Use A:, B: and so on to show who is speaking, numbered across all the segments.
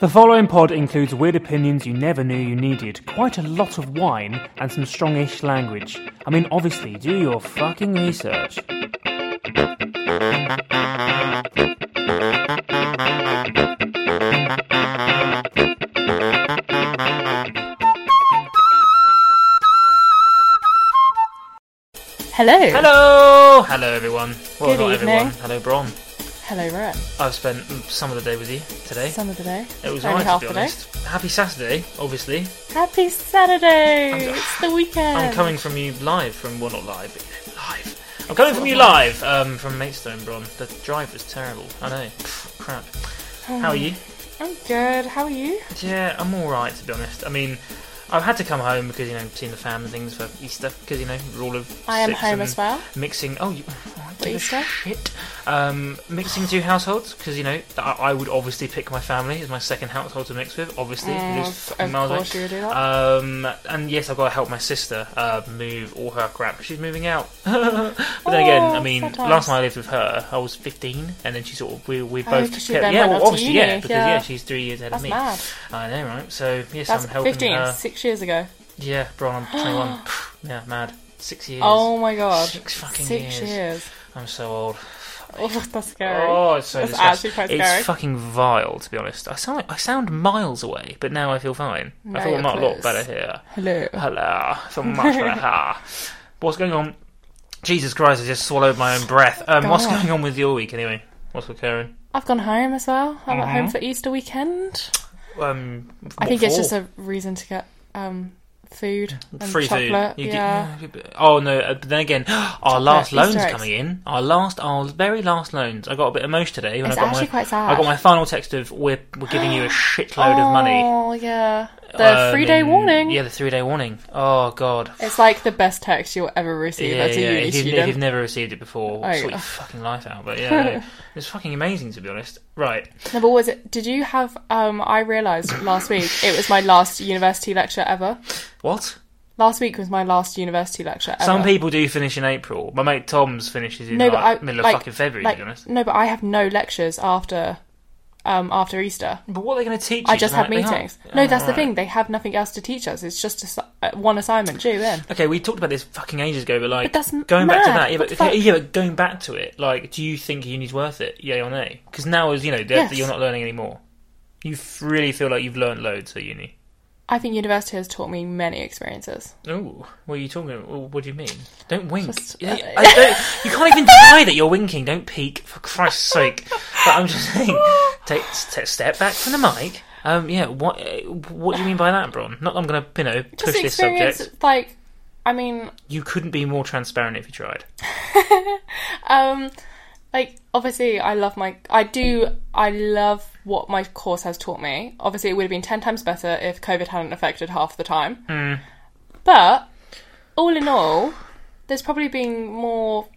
A: The following pod includes weird opinions you never knew you needed, quite a lot of wine, and some strongish language. I mean, obviously, do your fucking research.
B: Hello.
A: Hello! Hello, everyone. Well,
B: Good
A: not
B: evening.
A: everyone. Hello, Bron.
B: Hello, Rhett.
A: I've spent some of the day with you today.
B: Some of the day.
A: It was
B: Only
A: nice,
B: half
A: to be
B: the day.
A: honest. Happy Saturday, obviously.
B: Happy Saturday! it's the weekend.
A: I'm coming from you live from, well, not live, but live. I'm coming from you live um, from Maidstone, Bron. The drive was terrible. I know. Pff, Crap. How
B: Um,
A: are you?
B: I'm good. How are you?
A: Yeah, I'm all right to be honest. I mean, I've had to come home because you know, seeing the fam and things for Easter because you know, we're all of
B: I am
A: six
B: home
A: and
B: as well.
A: Mixing. Oh, you. Oh, I give a
B: Easter?
A: Shit. Um, mixing two households because you know I, I would obviously pick my family as my second household to mix with. Obviously,
B: Mm,
A: lose
B: of
A: fucking miles away.
B: course you would do that.
A: Um, and yes, I've got to help my sister uh, move all her crap. She's moving out. but then again,
B: Oh,
A: I mean,
B: sometimes.
A: last time I lived with her, I was 15, and then she sort of we we
B: Oh,
A: both
B: 'cause she
A: kept,
B: then
A: yeah,
B: went
A: well,
B: off to
A: obviously yeah
B: uni,
A: because
B: yeah.
A: yeah, she's three years ahead
B: That's
A: of me.
B: mad.
A: I know, right? So yes,
B: That's
A: I'm helping
B: 15,
A: her.
B: six years ago.
A: Yeah, bro, I'm 21. yeah, mad. Six years.
B: Oh my god.
A: Six fucking
B: Six
A: years.
B: years.
A: I'm so old.
B: Oh, that's scary.
A: Oh, it's so
B: That's
A: disgusting.
B: actually quite
A: It's
B: scary.
A: fucking vile, to be honest. I sound like, I sound miles away, but now I feel fine.
B: No,
A: I feel
B: you're
A: a lot- lot
B: close.
A: better here.
B: Hello.
A: Hello, I feel much better. What's going on? Jesus Christ, I just swallowed my own breath. Um, what's
B: God.
A: going on with your week anyway? What's occurring?
B: I've gone home as well. I'm at home
A: Mhm.
B: for Easter weekend.
A: Um,
B: I
A: what
B: think it's
A: for?
B: just a reason to get um food and
A: free
B: chocolate.
A: food. You get-
B: yeah.
A: oh no! uh, But then again, our last
B: Easter
A: loans
B: eggs.
A: coming in. Our last, our very last loans. I got a bit emotional today when
B: It's
A: I got
B: actually
A: my.
B: quite sad.
A: I got my final text of we're we're giving you a shitload of money.
B: Oh yeah. The
A: Um,
B: three day
A: and-
B: warning.
A: Yeah, the three day warning. Oh god.
B: It's like the best text you'll ever receive
A: Yeah,
B: as a
A: yeah.
B: uni
A: If you've, if
B: student.
A: you've never received it before,
B: Oh,
A: sort
B: yeah.
A: your fucking life out. But yeah, no, it's fucking amazing to be honest. Right.
B: No, but was it? Did you have? Um, I realised last week it was my last university lecture ever.
A: What?
B: Last week was my last university lecture ever.
A: Some people do finish in April. My mate Tom's finishes in
B: No, but
A: like,
B: I-
A: middle
B: like-
A: of fucking February.
B: like,
A: to be honest.
B: no, but I have no lectures after, um, after Easter.
A: But what are they going to teach?
B: I
A: you
B: just
A: the
B: have
A: night they are?
B: meetings. No,
A: Oh,
B: that's the
A: right.
B: thing. They have nothing else to teach us. It's just a s uh one assignment due in.
A: Okay, we talked about this fucking ages ago, but like
B: But that's m-
A: going back to
B: mad.
A: that, yeah,
B: What
A: but,
B: the fuck?
A: yeah, but going back to it, like, do you think uni's worth it? Yay or nay? Because now is you know that
B: Yes.
A: you're not learning anymore. You f- really feel like you've learnt loads at uni.
B: I think university has taught me many experiences.
A: Oh, what are you talking? about? What do you mean? Don't wink.
B: Just- uh,
A: Yeah, I don't, you can't even deny that you're winking. Don't peek, for Christ's sake. But I'm just saying, take t- step back from the mic. Um, yeah, what uh, what do you mean by that, Bron? Not that I'm going to you know push
B: Just
A: this
B: experience,
A: subject.
B: like, I mean,
A: You couldn't be more transparent if you tried.
B: um like obviously i love my i do i love what my course has taught me obviously it would have been 10 times better if covid hadn't affected half the time
A: Hmm.
B: but all in all there's probably been more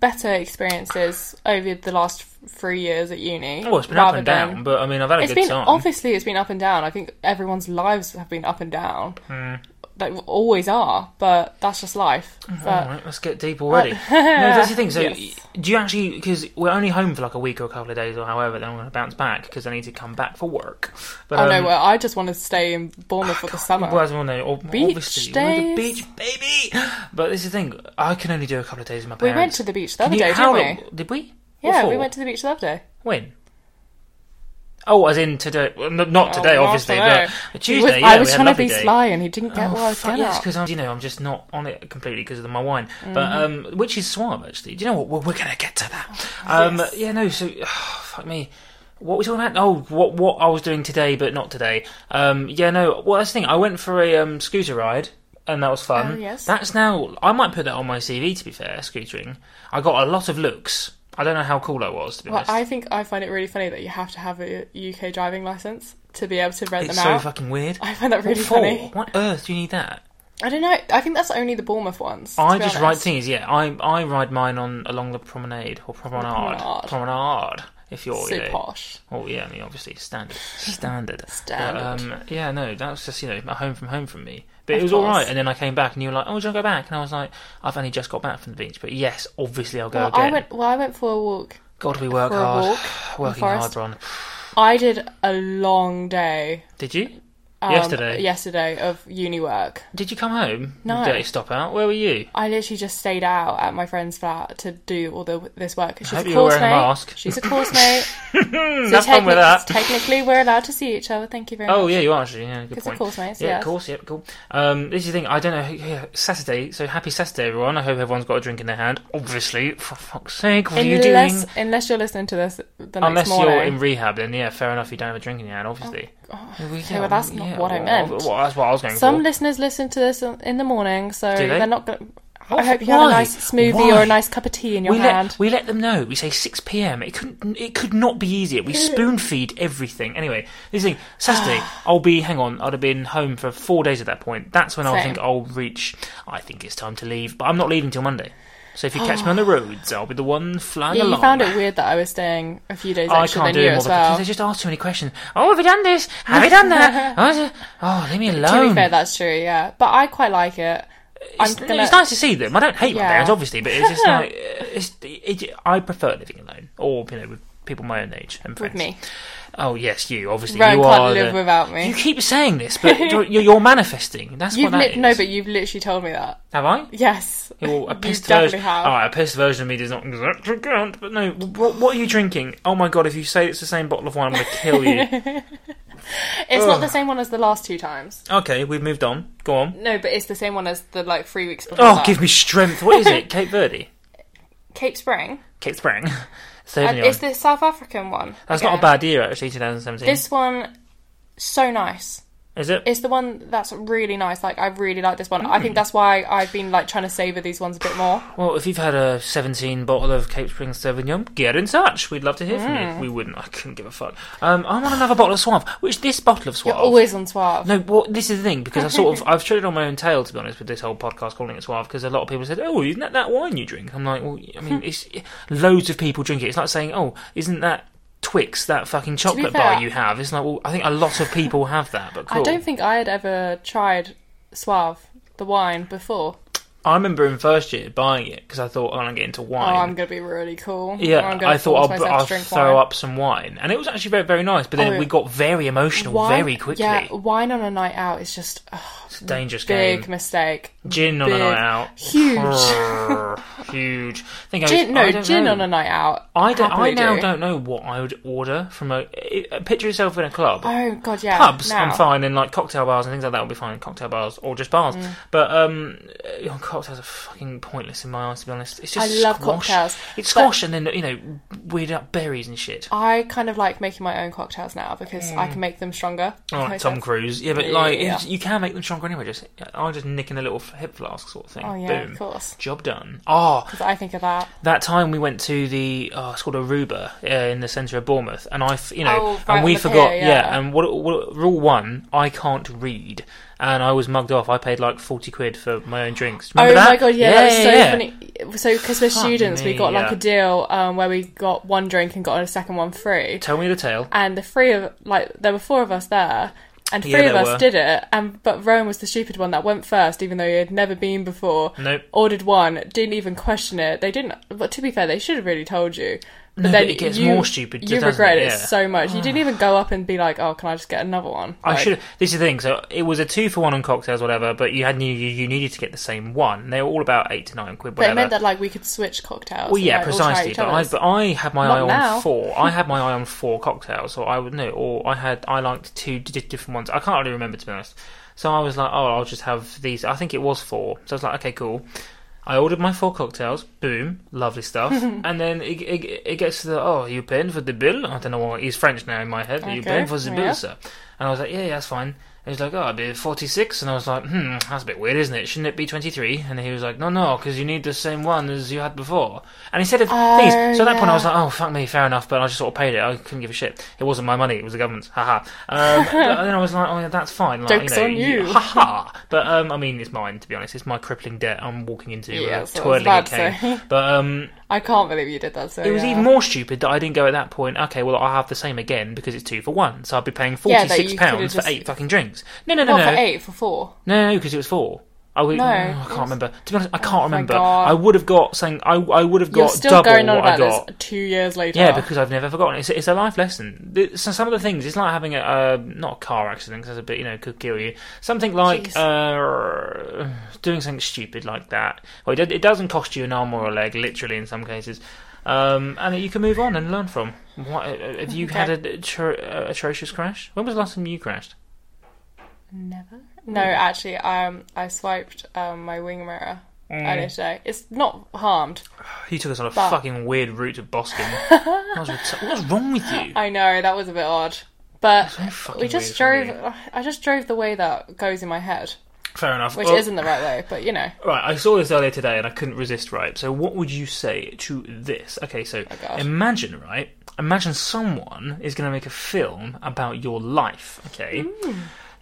B: better experiences over the last f- three years at uni
A: Well, Oh, it's been up
B: rather
A: and
B: than-
A: down, but I mean, I've had a
B: it's
A: good
B: been
A: time.
B: obviously it's been up and down i think everyone's lives have been up and down
A: Hmm.
B: like always are but that's just life
A: All
B: but
A: right, let's get deep already. no, that's the thing. So,
B: Uh, Yes.
A: do you actually? Because we're only home for like a week or a couple of days or however. Then I'm going to bounce back because I need to come back for work. But
B: Oh
A: um,
B: no, well, I just want to stay in Bournemouth for the summer.
A: well, as well, no, ob-
B: Beach
A: obviously, we're the
B: days.
A: beach, baby. But this is the thing. I can only do a couple of days with my
B: we
A: parents.
B: went to the beach the
A: Can
B: other
A: you-
B: day,
A: how
B: didn't we?
A: long- Did we?
B: yeah, we went to the beach the other day.
A: when. Oh, as in today? Well, n- not today,
B: Oh,
A: obviously.
B: after
A: But
B: that.
A: Tuesday.
B: He was-
A: yeah,
B: I was
A: we had a
B: trying to
A: lovely
B: be
A: day. Oh,
B: sly, and he didn't get what I was
A: fuck
B: getting
A: yes,
B: at.
A: because I'm, you know, I'm just not on it completely because of my wine. But
B: Mm-hmm.
A: um, which is suave actually. Do you know what? We're, we're gonna get to that. Um,
B: Oh, Yes.
A: yeah, no. So fuck me. What were we talking about? Oh, what what I was doing today, but not today. Um, yeah, no. Well, that's the thing. I went for a um, scooter ride. And that was fun.
B: Oh, yes.
A: That's now. I might put that on my CV. To be fair, scootering. I got a lot of looks. I don't know how cool I was. To be
B: Well,
A: honest,
B: I think I find it really funny that you have to have a UK driving license to be able to rent
A: it's
B: them
A: so
B: out.
A: fucking weird.
B: I find that really
A: What for?
B: funny.
A: What on earth do you need that?
B: I don't know. I think that's only the Bournemouth ones. to
A: I
B: be
A: just ride
B: honest.
A: things. Yeah, I I ride mine on along the promenade or promenade
B: promenade.
A: promenade. If you're
B: so
A: you know,
B: posh.
A: oh yeah, I mean obviously standard standard
B: Standard.
A: But, um, yeah, no, that was just you know a home from home from me. But it
B: Of
A: was all
B: course.
A: right. And then I came back and you were like, oh, do you want to go back? And I was like, I've only just got back from the beach. But yes, obviously I'll go
B: Well,
A: again.
B: I went. Well, I went for a walk.
A: God, we work
B: for a
A: hard.
B: walk in the
A: Working
B: forest.
A: hard, Ron.
B: I did a long day
A: Did you?
B: um,
A: Yesterday.
B: Yesterday of uni work.
A: Did you come home?
B: No.
A: Did you stop out? Where were you?
B: I literally just stayed out at my friend's flat to do all the this work. She's
A: hope
B: a
A: you were
B: course
A: wearing a
B: mate.
A: mask.
B: She's a course mate. so
A: Have fun with
B: technic-
A: that.
B: Technically, we're allowed to see each other. Thank you very
A: Oh
B: much.
A: yeah, you are actually. Yeah, good
B: It's a
A: point.
B: course mate.
A: yeah,
B: yes.
A: of course. Yeah, cool. Um, this is the thing. I don't know. who- Yeah, Saturday. So happy Saturday, everyone. I hope everyone's got a drink in their hand. Obviously, for fuck's sake, what are you
B: Unless
A: doing?
B: unless you're listening to this the next
A: Unless
B: morning.
A: you're in rehab, then yeah, fair enough. You don't have a drink in your hand, obviously.
B: Oh,
A: Yeah, we-
B: okay,
A: yeah,
B: well, that's not
A: yeah,
B: what I
A: well,
B: meant.
A: well, that's what I was going
B: Some
A: for.
B: listeners listen to this in the morning, so
A: Do they?
B: are not going.
A: Oh,
B: I hope you had a
A: why?
B: nice smoothie
A: Why?
B: or a nice cup of tea in your
A: we
B: hand.
A: let we let them know. We say six p.m. It could it could not be easier. We spoon feed everything. Anyway, this thing Saturday. I'll be hang on. I'd have been home for four days at that point. That's when I
B: Same.
A: think I'll reach. I think it's time to leave, but I'm not leaving till Monday. So if you catch me on the roads, I'll be the one flying
B: yeah,
A: along.
B: you found it weird that I was staying a few days
A: I
B: extra
A: can't
B: than
A: do
B: you
A: it more
B: as
A: because
B: well.
A: they just ask too many questions. Oh, have you done this? Have you done that? Oh, is it- oh, leave me alone.
B: To be fair, that's true. Yeah, but I quite like it. I'm
A: it's,
B: gonna.
A: it's nice to see them. I don't hate my
B: Yeah.
A: parents, obviously, but it's just like uh, it's, it, I prefer living alone, or you know, with people my own age and friends.
B: with me,
A: Oh yes, you obviously
B: Rowan
A: you
B: can't
A: are.
B: live
A: the-
B: without me.
A: You keep saying this, but you're, you're you're manifesting. That's
B: You've
A: what that
B: li-
A: is.
B: no, but you've literally told me that.
A: have I?
B: Yes,
A: Well, a
B: You
A: pissed
B: definitely
A: version.
B: have.
A: All right, a pissed version of me does not exactly count. But no, what, what are you drinking? Oh my god! If you say it's the same bottle of wine, I'm going to kill you.
B: it's
A: Ugh.
B: not the same one as the last two times.
A: okay, we've moved on. Go on.
B: No, but it's the same one as the like three weeks before.
A: Oh,
B: that.
A: give me strength. What is it? Cape Verde,
B: Cape Spring.
A: Cape Spring,
B: And
A: Sauvignon.
B: Uh, it's the South African one.
A: That's
B: again.
A: not a bad year actually, 2017.
B: This one, so nice.
A: is it?
B: It's the one that's really nice. Like I really like this one. I think that's why I've been like trying to savor these ones a bit more.
A: Well, if you've had a 17 bottle of Cape Spring Sauvignon, get in touch. We'd love to hear from
B: Hmm.
A: you. We wouldn't. I couldn't give a fuck. Um, I want another bottle of Suave. Which this bottle of
B: You're
A: Suave?
B: always on Suave.
A: no, well, this is the thing because I sort of I've treaded on my own tail to be honest with this whole podcast calling it Suave because a lot of people said, "Oh, isn't that that wine you drink?" I'm like, "Well, I
B: Hmm.
A: mean, it's loads of people drink it. It's like saying, "Oh, isn't that Twix that fucking chocolate
B: fair-
A: bar you have?" It's like, well, I think a lot of people have that, but cool.
B: I don't think I had ever tried Suave, the wine, before.
A: I remember in first year buying it because I thought, "Oh, I'm getting into
B: Oh,
A: wine."
B: I'm gonna be really cool.
A: Yeah,
B: I'm
A: I
B: force
A: thought I'll,
B: myself
A: I'll
B: to drink
A: throw
B: wine.
A: up some wine, and it was actually very, very nice. But then
B: Oh,
A: we got very emotional
B: Wine-
A: very quickly.
B: Yeah, wine on a night out is just ugh,
A: it's a dangerous
B: big
A: game.
B: mistake.
A: Gin on a
B: big-
A: night out,
B: huge.
A: Brrr, huge. Think I
B: Gin,
A: I
B: no,
A: don't
B: gin
A: know.
B: on a night out.
A: I don't. I
B: happily
A: now
B: do.
A: don't know what I would order from a. i- Picture yourself in a club.
B: Oh god, yeah.
A: Pubs,
B: now.
A: I'm fine, and like cocktail bars and things like that will be fine. Cocktail bars or just bars,
B: Mm.
A: but um, uh, cocktails are fucking pointless in my eyes. To be honest, it's just
B: I love
A: squash.
B: cocktails,
A: It's
B: but-
A: squash, and then you know, weird up berries and shit.
B: I kind of like making my own cocktails now because I can make them stronger.
A: Oh, like
B: Makes
A: Mm. Tom
B: sense.
A: Cruise. Yeah, but like
B: Yeah.
A: it's- you can make them stronger anyway. Just I'll just nick in a little f- hip flask sort of thing.
B: Oh yeah,
A: Boom.
B: of course.
A: Job done. Oh,
B: 'Cause I think of that.
A: that time we went to the oh, it's called Aruba uh, in the centre of Bournemouth, and I, f- you know,
B: Oh, right
A: and we
B: on the
A: forgot.
B: pier,
A: yeah.
B: yeah.
A: and what, what rule one? I can't read, and I was mugged off. I paid like forty quid for my own drinks. Remember
B: oh
A: that?
B: my god, yeah, that was so
A: yeah.
B: funny. So because we're
A: Fuck
B: students,
A: me,
B: we got like
A: yeah.
B: a deal um, where we got one drink and got a second one free.
A: Tell me the tale.
B: And the three of like there were four of us there. And three
A: Yeah,
B: of
A: there
B: us
A: were.
B: did it, and but Rowan was the stupid one that went first, even though he had never been before.
A: Nope.
B: Ordered one, didn't even question it. They didn't. But to be fair, they should have really told you. But
A: No,
B: then
A: but it gets
B: you,
A: more stupid,
B: You
A: doesn't
B: regret
A: it?
B: it,
A: Yeah.
B: so much. You didn't even go up and be like, "Oh, can I just get another one?"
A: I
B: Like,
A: should. This is the thing. So it was a two for one on cocktails, whatever. But you had you, you needed to get the same one. They were all about eight to nine quid.
B: But
A: Whatever.
B: it meant that like we could switch cocktails.
A: Well,
B: and,
A: yeah,
B: like, all try
A: precisely.
B: each
A: But I,
B: other's.
A: but I had my
B: Not
A: eye
B: now.
A: on four. I had my eye on four cocktails, so I would know. Or I had, I liked two d- different ones. I can't really remember to be honest. So I was like, oh, I'll just have these. I think it was four. So I was like, okay, cool. I ordered my four cocktails. Boom, lovely stuff. and then it, it, it gets to the oh, you paying for the bill? I don't know why he's French now in my head. You
B: Okay,
A: paying for the bill,
B: yeah.
A: sir? And I was like, yeah, yeah, that's fine. And he's like, oh, it'd be 46. And I was like, hmm, that's a bit weird, isn't it? Shouldn't it be 23? And he was like, no, no, because you need the same one as you had before. And instead of
B: Oh,
A: things, so at that point I
B: yeah.
A: was like, oh, fuck me, fair enough, but I just sort of paid it. I couldn't give a shit. It wasn't my money, it was the government's. Haha. Um, and then I was like, oh, yeah, that's fine. Like,
B: Joke's
A: you know,
B: on you.
A: Haha. But, um, I mean, it's mine, to be honest. It's my crippling debt I'm walking into
B: Yeah,
A: uh,
B: that's what I was
A: twirling a
B: about to
A: cane.
B: say.
A: But, um,
B: I can't believe you did that. So
A: it was
B: yeah.
A: even more stupid that I didn't go at that point. Okay, well I'll have the same again because it's two for one, so I'd be paying
B: Yeah,
A: forty
B: that you
A: six
B: could've
A: pounds for
B: just-
A: eight fucking drinks. No, no, no,
B: What,
A: no,
B: for eight for four.
A: no, because it was four. I would,
B: No. Oh
A: oh, I can't remember. To be honest, I can't
B: my
A: remember.
B: God.
A: I would have got saying I, I would have
B: You're
A: got
B: still
A: double
B: going on
A: what I
B: about
A: got.
B: this two years later.
A: Yeah, because I've never forgotten. It's, it's a life lesson. The- So some of the things, it's like having a uh, not a car accident because a bit you know could kill you. Something like uh, doing something stupid like that. Well, it, do- it doesn't cost you an arm or a leg, literally in some cases, um, and you can move on and learn from. What, uh, have you had an atro- uh, atrocious crash? When was the last time you crashed?
B: Never. No, actually, um, I swiped um, my wing mirror
A: Mm.
B: earlier today. It's not harmed.
A: You took us on a
B: But-
A: fucking weird route to Boston. That was ret- what's wrong with you?
B: I know that was a bit odd, but
A: So fucking
B: Uh, we just
A: weird,
B: drove. I just drove the way that goes in my head,
A: Fair enough.
B: which
A: Well-
B: isn't the right way. But you know,
A: Right, I saw this earlier today and I couldn't resist, right? So, what would you say to this? Okay, so
B: God.
A: imagine, right? Imagine someone is going to make a film about your life, okay?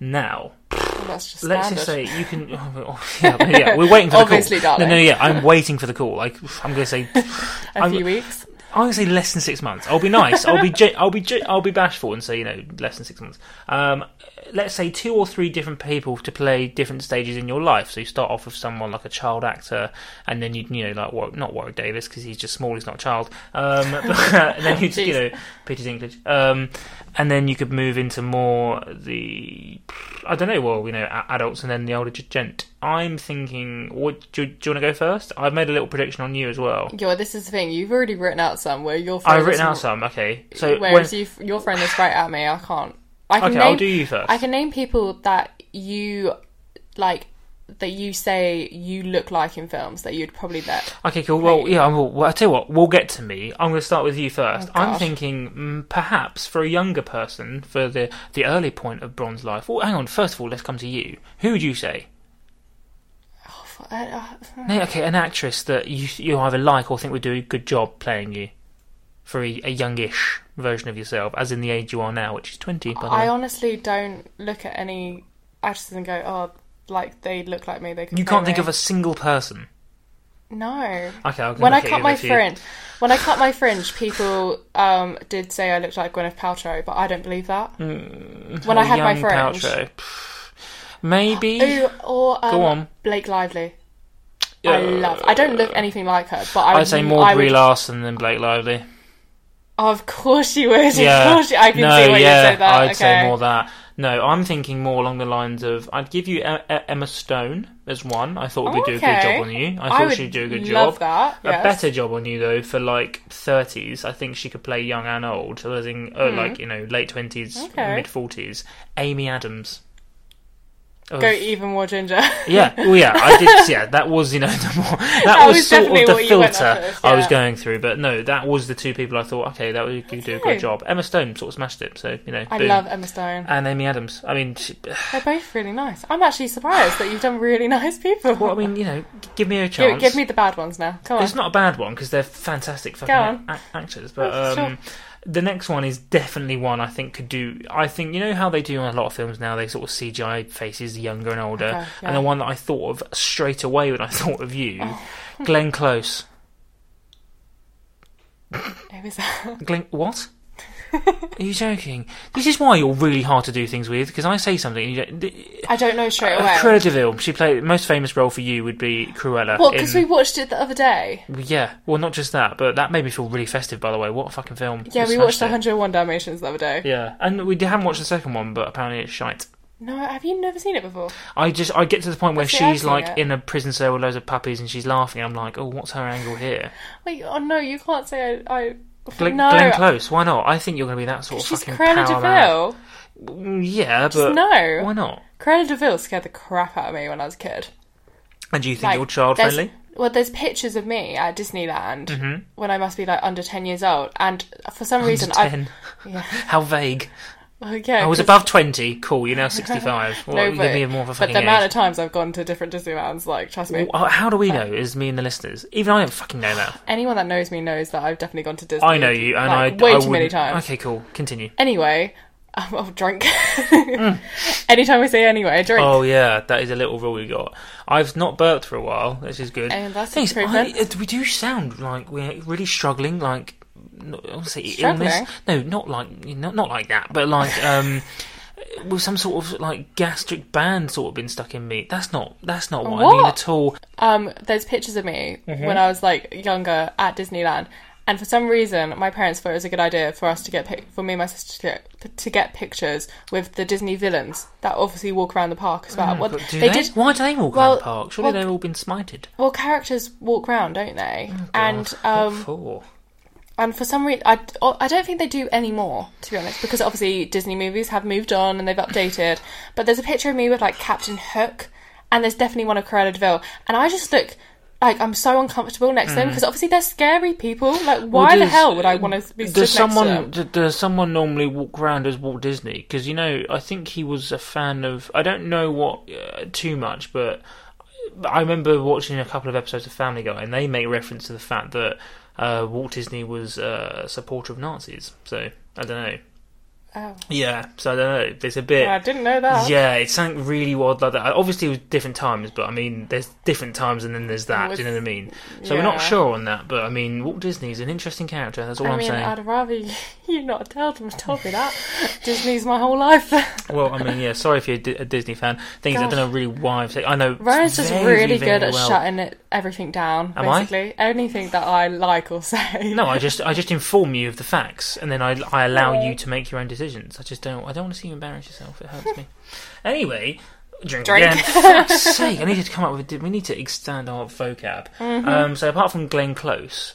A: Now,
B: that's just
A: let's just
B: Mm. standard.
A: say you can. oh, yeah, yeah, we're waiting for the
B: Obviously,
A: call. No, no,
B: darling.
A: yeah, I'm waiting for the call. Like, I'm going to say,
B: a
A: I'm-
B: few weeks.
A: I'm going to say less than six months. I'll be nice. I'll be, ge- I'll be, ge- I'll be bashful and say, you know, less than six months. Um, let's say two or three different people to play different stages in your life. So you start off with someone like a child actor, and then you, you know, like Warwick, not Warwick Davis because he's just small, he's not a child. Um, and then you, would you know, Peter Dinklage. Um, and then you could move into more the, I don't know, well, you know, a- adults and then the older gent. I'm thinking, what do, you- do you want to go first? I've made a little prediction on you as well.
B: Yo, this is the thing. You've already written out some where your friend.
A: I've written out some. Okay, so when,
B: Whereas you, your friend is right at me. I can't. I can
A: Okay,
B: name,
A: I'll do you first.
B: I can name people that you like that you say you look like in films that you'd probably bet.
A: okay, cool. Well, yeah. I'm, well, I tell you what, we'll get to me. I'm going to start with you first.
B: Oh,
A: I'm
B: gosh.
A: thinking mm, perhaps for a younger person, for the the early point of Bron's life. Well, hang on. First of all, let's come to you. Who would you say?
B: F- I- uh,
A: No, Okay, an actress that you you either like or think would do a good job playing you for a, a youngish version of yourself, as in the age you are now, which is twenty. By the
B: I
A: way.
B: honestly don't look at any actors and go, oh, like they look like me. They can
A: You
B: play
A: can't think
B: me."
A: of a single person.
B: no.
A: Okay, I'll
B: When I
A: look at
B: cut
A: you
B: my
A: if you-
B: fringe, when I cut my fringe, people um, did say I looked like Gwyneth Paltrow, but I don't believe that.
A: Hmm.
B: when I
A: Oh,
B: had my
A: young
B: fringe,
A: Paltrow. Pff, Maybe.
B: Ooh, or um,
A: Go on. uh,
B: Blake Lively. I love. I don't look anything like her, but I
A: I'd
B: would-
A: say more
B: I
A: Brie
B: would-
A: Larson than Blake Lively.
B: Of course you would.
A: Yeah,
B: Of course you, I can
A: no,
B: see why
A: yeah,
B: you said that.
A: I'd
B: okay.
A: say more that. No, I'm thinking more along the lines of I'd give you E- E- Emma Stone as one. I thought would do a good
B: Okay.
A: job on you. I
B: I
A: thought
B: would
A: she'd do a good
B: love
A: job.
B: that,
A: A
B: yes.
A: better job on you though for like 30s. I think she could play young and old. So I was thinking, uh, like you know late 20s,
B: Hmm. Okay.
A: mid 40s. Amy Adams. Of-
B: Go even more ginger.
A: yeah, well, yeah, I did. Yeah, that was you know the more, that, was,
B: was
A: sort of
B: definitely
A: the
B: what you went
A: filter
B: off of,
A: I was
B: yeah.
A: going through. But no, that was the two people I thought, okay, that would you do a
B: Okay.
A: good job. Emma Stone sort of smashed it, so you know.
B: I
A: boom.
B: love Emma Stone.
A: And Amy Adams. I mean, she,
B: They're both really nice. I'm actually surprised that you've done really nice people.
A: well, I mean, you know, g- give me a
B: give,
A: chance.
B: give me the bad ones now. Come on.
A: It's not a bad one because they're fantastic fucking
B: on.
A: a- actors. But
B: Oh, sure.
A: um, the next one is definitely one I think could do. I think you know how they do on a lot of films now. They sort of CGI faces younger and older.
B: Okay, Uh-huh. yeah.
A: And the one that I thought of straight away when I thought of you,
B: Oh.
A: Glenn Close.
B: Who is that?
A: Glenn, what? Are you joking? This is why you're really hard to do things with because I say something and you don't. th-
B: I don't know straight
A: Uh,
B: away.
A: Cruella de Vil. She played the most famous role for you would be Cruella.
B: What? Because
A: in-
B: we watched it the other day.
A: Yeah, well, not just that, but that made me feel really festive. By the way, what a fucking film!
B: Yeah,
A: It
B: we
A: smashed
B: watched
A: it.
B: 101 Dalmatians the other day.
A: Yeah, and we haven't watched the second one, but apparently it's shite.
B: No, have you never seen it before?
A: I just I get to the point where
B: That's the
A: she's
B: acting,
A: like
B: yeah.
A: in a prison cell with loads of puppies and she's laughing. I'm like, oh, what's her angle here?
B: Wait, oh no, you can't say I. I
A: Glenn,
B: no,
A: Glenn Close, why not? I think you're going to be that sort of
B: she's
A: fucking
B: Cruella de
A: power man.
B: Vil.
A: Mm, Yeah, but
B: no.
A: why not?
B: Cruella de Vil scared the crap out of me when I was a kid.
A: And do you think
B: Like,
A: you're child
B: there's-
A: friendly? Mm-hmm.
B: Well, there's pictures of me at Disneyland when I must be like under ten years old, and for some
A: To
B: reason I
A: ten?
B: yeah,
A: How vague.
B: well, yeah
A: I was
B: 'cause-
A: above twenty. Cool. You're now sixty-five. Well,
B: no,
A: you
B: but,
A: give me more of a
B: but
A: fucking
B: the amount
A: age.
B: of times I've gone to different Disneylands, like trust me,
A: Well, How do we know? Is me and the listeners? Even I don't fucking know that.
B: anyone that knows me knows that I've definitely gone to Disney.
A: I know you, and
B: like,
A: I
B: way
A: I
B: too many
A: wouldn't-
B: times.
A: Okay, cool. Continue.
B: Anyway, I'm, I'm drunk. Anytime we say anyway, I drink.
A: Mm. Oh yeah, that is a little rule we got. I've not burped for a while. This is good.
B: And Oh, that's
A: Thing is, I-
B: improvement.
A: uh, we do sound like we're really struggling. Like, n- I want to say illness.
B: Struggling?
A: No, not like not not like that, but like um, with some sort of like gastric band sort of been stuck in me. That's not that's not what, I
B: What?
A: mean at all.
B: Um, there's pictures of me
A: Mm-hmm.
B: when I was like younger at Disneyland, and for some reason, my parents thought it was a good idea for us to get pic- for me and my sister to get, to get pictures with the Disney villains that obviously walk around the park as well. Well,
A: But Oh, do they,
B: did.
A: Why do they walk
B: well,
A: around the park? Surely
B: well,
A: they've all been smited.
B: Well, characters walk around, don't they? and
A: Oh, God, what
B: um,
A: for?
B: and for some reason, I, oh, I don't think they do anymore, to be honest, because obviously Disney movies have moved on and they've updated. But there's a picture of me with like Captain Hook, and there's definitely one of Cruella de Vil, and I just look like I'm so uncomfortable next to
A: Mm.
B: them because obviously they're scary people. Like, why the
A: does-
B: hell would I want to be stood
A: Does
B: next
A: someone
B: to them?
A: d- does someone normally walk around as Walt Disney? Because you know, I think he was a fan of. I don't know what uh, too much, but but I remember watching a couple of episodes of Family Guy, and they make reference to the fact that uh, Walt Disney was uh, a supporter of Nazis. So I don't know.
B: Oh,
A: Yeah, so I don't know. There's a bit.
B: I didn't know that.
A: Yeah, it sounded really wild like that. Obviously, it was different times, but I mean, there's different times and then there's that. Do you know what I mean? So we're not
B: Yeah.
A: sure on that, but I mean, Walt Disney's an interesting character. That's all
B: I
A: am
B: mean,
A: saying.
B: I'd rather you, you not tell them told me that. Disney's my whole life.
A: Well, I mean, yeah. Sorry if you're a Di- a Disney fan. Things I
B: Gosh.
A: don't know really why. I've said- I know
B: Ryan's just
A: very,
B: really
A: very
B: good at
A: well.
B: shutting it, everything down,
A: Am I?
B: basically. Anything that I like or say.
A: No, I just I just inform you of the facts, and then I, I allow you to make your own decisions. I just don't I don't want to see you embarrass yourself. It hurts me. Anyway, drink,
B: Drink.
A: again. Fuck's sake! I need to come up with. We need to extend our vocab.
B: Mm-hmm.
A: Um, so apart from Glenn Close,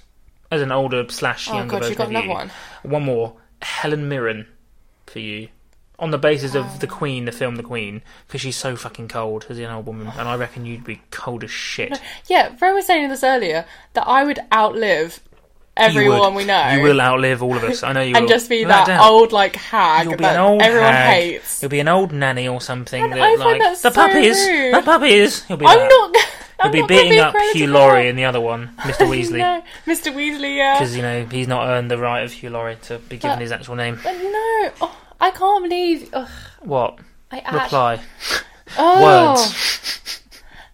A: as an older slash
B: Oh
A: younger
B: god,
A: version
B: you got
A: of
B: another
A: you,
B: one.
A: one more Helen Mirren for you. On the basis of
B: Oh.
A: The Queen, the film The Queen, because she's so fucking cold as an old woman, and I reckon you'd be cold as shit.
B: Yeah, Ro was saying this earlier that I would outlive
A: You would.
B: everyone we know
A: You will outlive all of us. I know you will.
B: and just be
A: No
B: that oh,
A: doubt.
B: old like hag
A: You'll be
B: that
A: an old
B: everyone
A: hag.
B: hates.
A: You'll be an old nanny or something. that,
B: I find
A: like,
B: that
A: the
B: so
A: puppies,
B: rude.
A: the puppies. You'll be.
B: I'm
A: that.
B: not.
A: You'll
B: I'm
A: be
B: not gonna
A: beating
B: be a
A: up
B: Cruella de
A: Hugh
B: Vil.
A: Laurie and the other one, Mr. Weasley,
B: No, Mr. Weasley. Yeah.
A: because you know he's not earned the right of Hugh Laurie to be given
B: But-
A: his actual name.
B: But no, oh, I can't believe. Ugh,
A: What?
B: I actually.
A: Reply.
B: Oh,
A: Words.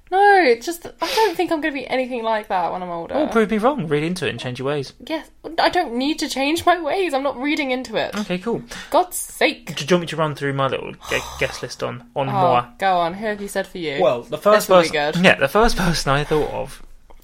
B: No, it's just I don't think I'm going to be anything like that when I'm older.
A: Well, prove me wrong. Read into it and change your ways.
B: yes, I don't need to change my ways. I'm not reading into it.
A: Okay, cool.
B: God's sake.
A: Do you want me to run through my little gu- guest list on on
B: Oh,
A: moi?
B: go on. Who have you said for you?
A: Well, the first
B: This will be
A: person,
B: good.
A: yeah, the first person I thought of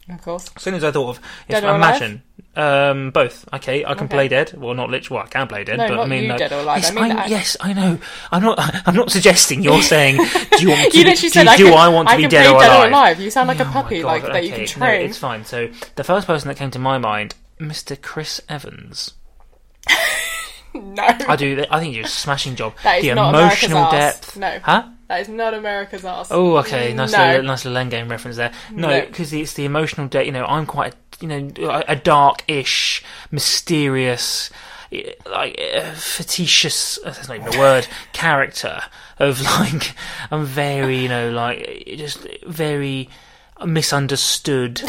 B: of course.
A: As soon as I thought of, if
B: Dead or alive?
A: imagine um, both. Okay, I can
B: Okay.
A: play dead. Well, not literally. Well, I can play dead,
B: No,
A: but I
B: not
A: mean,
B: you
A: like,
B: dead or alive,
A: Yes,
B: I mean the act-
A: yes, I know. I'm not. I'm not suggesting. You're saying, do you want me to?
B: You
A: be-
B: literally
A: do,
B: said
A: you-
B: I
A: do
B: can,
A: I want to
B: I
A: be
B: can
A: dead,
B: play
A: or,
B: dead
A: alive?
B: or alive. You sound like a
A: Oh my
B: puppy,
A: God,
B: like that you
A: okay,
B: can
A: no,
B: train.
A: it's fine. So the first person that came to my mind, Mr. Chris Evans.
B: No,
A: I do. I think you did a smashing job.
B: That is
A: the
B: not America's
A: emotional
B: ass.
A: depth.
B: No.
A: Huh?
B: that is not America's ass.
A: Oh, okay. Nice,
B: No.
A: little, nice little end game reference there. No,
B: No.
A: because it's the emotional depth. You know, I'm quite, you know, a, a dark-ish, mysterious, eh, like uh, fatitious. uh, That's not even a word. character of like, I'm very, you know, like eh, just very misunderstood.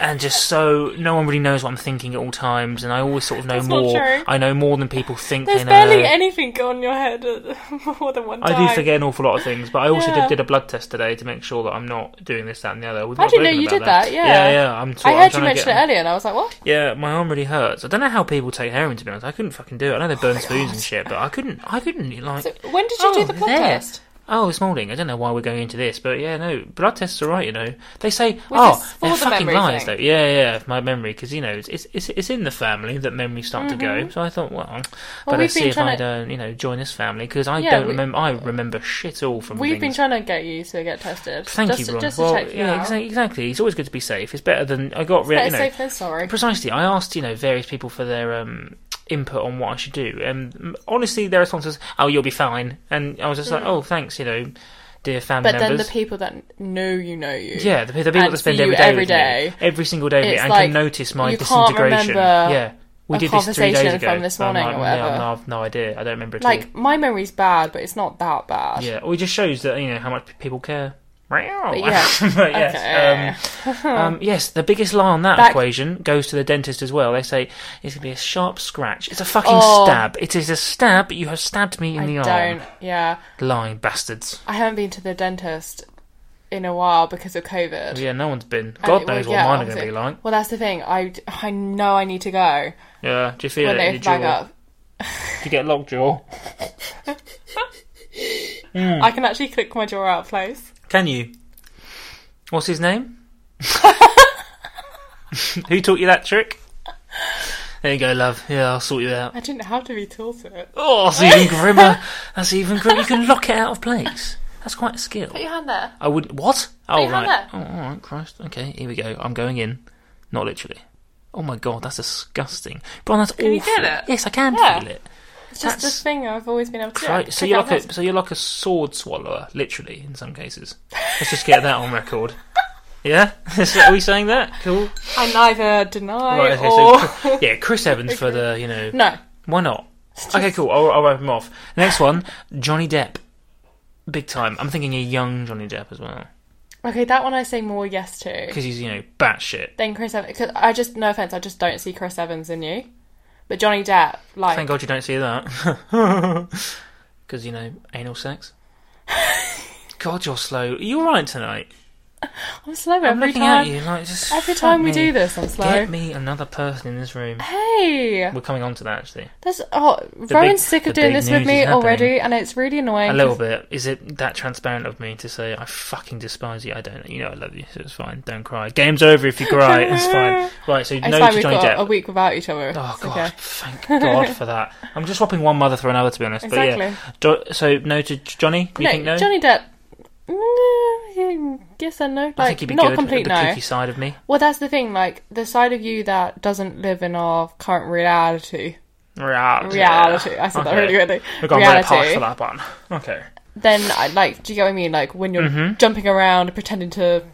A: And just so no one really knows what I'm thinking at all times, and I always sort of know
B: That's not
A: more.
B: true.
A: I know more than people think
B: There's
A: they know.
B: barely anything on your head at- more than one time.
A: I do forget an awful lot of things, but I also
B: Yeah.
A: did, did a blood test today to make sure that I'm not doing this, that, and the other. We've
B: I
A: not
B: didn't know
A: spoken
B: you
A: about
B: did that, yeah.
A: yeah, yeah. I'm.
B: I
A: Sort,
B: heard
A: I'm trying
B: you
A: to
B: mention
A: get,
B: it earlier, and I was like, "What?"
A: Yeah, my arm really hurts. I don't know how people take heroin. To be honest, I couldn't fucking do it. I know they burn spoons and shit, but I couldn't. I couldn't like.
B: So when did you
A: Oh,
B: do the blood
A: there.
B: test?
A: Oh, this morning. I don't know why we're going into this, but yeah, no, blood tests are right. You know, they say,
B: is
A: oh,
B: for
A: they're
B: the
A: fucking
B: memory
A: lies,
B: thing.
A: though. Yeah, yeah, yeah, my memory, because you know, it's, it's it's it's in the family that memories start to go. So I thought, well, but
B: Mm-hmm. we've
A: let's see
B: been
A: if
B: trying
A: I
B: to-
A: don't, you know, join this family because I
B: Yeah,
A: don't
B: we-
A: remember. I remember shit all from.
B: We've been
A: things.
B: trying to get you to get tested.
A: Thank
B: just,
A: you, Ron.
B: Just to
A: well,
B: check you
A: yeah,
B: out.
A: exa- exactly. It's always good to be safe. It's better than I got. Re-
B: Better
A: you know,
B: safe than sorry.
A: precisely. I asked you know various people for their um, input on what I should do, and mm, honestly, their response was, "Oh, you'll be fine," and I was just like, "Oh, thanks," you know, dear family
B: Mm. But then
A: members.
B: the people that know you know you.
A: yeah, the, pe- the people
B: and
A: that spend
B: see
A: every
B: you
A: day,
B: every
A: with me,
B: day,
A: every single day, with me,
B: it's
A: and
B: like,
A: can notice my
B: you can't
A: disintegration.
B: remember
A: yeah, we
B: a
A: did this three days
B: conversation
A: ago.
B: from this
A: and I'm
B: morning or
A: like, yeah,
B: whatever.
A: no, I've no idea. I don't remember at all.
B: Like my memory's bad, but it's not that bad.
A: Yeah, or it just shows that you know how much p- people care. But
B: yeah.
A: yes, um, um, yes, the biggest lie on that,
B: That-
A: equation goes to the dentist as well. They say it's gonna be a sharp scratch. It's a fucking
B: Oh.
A: stab. It is a stab. You have stabbed me in
B: I
A: the
B: don't.
A: arm,
B: Yeah,
A: lying bastards.
B: I haven't been to the dentist in a while because of COVID.
A: Yeah, no one's been.
B: And
A: God
B: it-
A: knows
B: well,
A: what
B: yeah,
A: mine are gonna
B: obviously.
A: be like.
B: Well, that's the thing. I, I know I need to go
A: Yeah, do you feel
B: when
A: it? in
B: they
A: your
B: back
A: jaw?
B: up.
A: Do you get lockjaw?
B: I can actually click my jaw out of place.
A: Can you? What's his name? Who taught you that trick? There you go, love. Yeah, I'll sort you out.
B: I didn't have to be taught it.
A: Oh, that's even grimmer. That's even grimmer. You can lock it out of place. That's quite a skill.
B: Put your hand there.
A: I wouldn't. What? Oh,
B: your hand
A: right. Oh, all right, Christ. Okay, here we go. I'm going in. Not literally. Oh my god, that's disgusting. Bron, that's
B: Can you
A: awful.
B: feel it?
A: Yes, I can
B: Yeah.
A: feel it.
B: It's just
A: That's-
B: this thing I've always been able to do.
A: Right, so
B: Click
A: you're
B: out of
A: like
B: place.
A: a so you're like a sword swallower, literally in some cases. Let's just get that on record. Yeah, Is that- are we saying that? Cool.
B: I neither deny
A: Right, okay,
B: or
A: so yeah, Chris Evans for the you know
B: no.
A: why not? Okay, cool. I'll, I'll wipe him off. Next one, Johnny Depp, big time. I'm thinking a young Johnny Depp as well
B: Okay, that one I say more yes to
A: because he's you know batshit.
B: than Chris Evans. Because I just no offense, I just don't see Chris Evans in you. But Johnny Depp, like
A: Thank God you don't see that. Because, you know, anal sex. God, you're slow. Are you alright tonight?
B: I'm slow every
A: I'm looking
B: time.
A: at you like just.
B: Every
A: fuck
B: time we
A: me.
B: do this, Uh-huh. I'm slow.
A: Get me another person in this room.
B: Hey,
A: We're coming on to that actually.
B: that's oh, Rowan's
A: big-
B: sick of
A: the
B: doing
A: big
B: this with
A: news
B: me
A: is happening.
B: already, and it's really annoying.
A: A little bit. Is it that transparent of me to say I fucking despise you? I don't. You know I love you, so it's fine. Don't cry. Game's over if you cry. It's fine. Right. So
B: It's
A: no
B: fine,
A: to
B: we've
A: Johnny
B: got
A: Depp.
B: a week without each other.
A: Oh
B: It's
A: god,
B: okay.
A: thank God for that. I'm just swapping one mother for another, to be honest. But yeah.
B: Exactly.
A: Jo- so no to Johnny. You
B: no,
A: think no?
B: Johnny Depp. Mm, Yes and no.
A: I think
B: Like
A: he'd be
B: not
A: good
B: a
A: at
B: complete
A: the
B: no.
A: kooky side of me.
B: Well, that's the thing. Like the side of you that doesn't live in our current reality.
A: Reality.
B: Reality. I said that really weirdly.
A: We're going
B: reality.
A: very harsh for that one. Okay.
B: Then, I, like, do you get what I mean? Like when you're
A: Mm-hmm.
B: jumping around and pretending to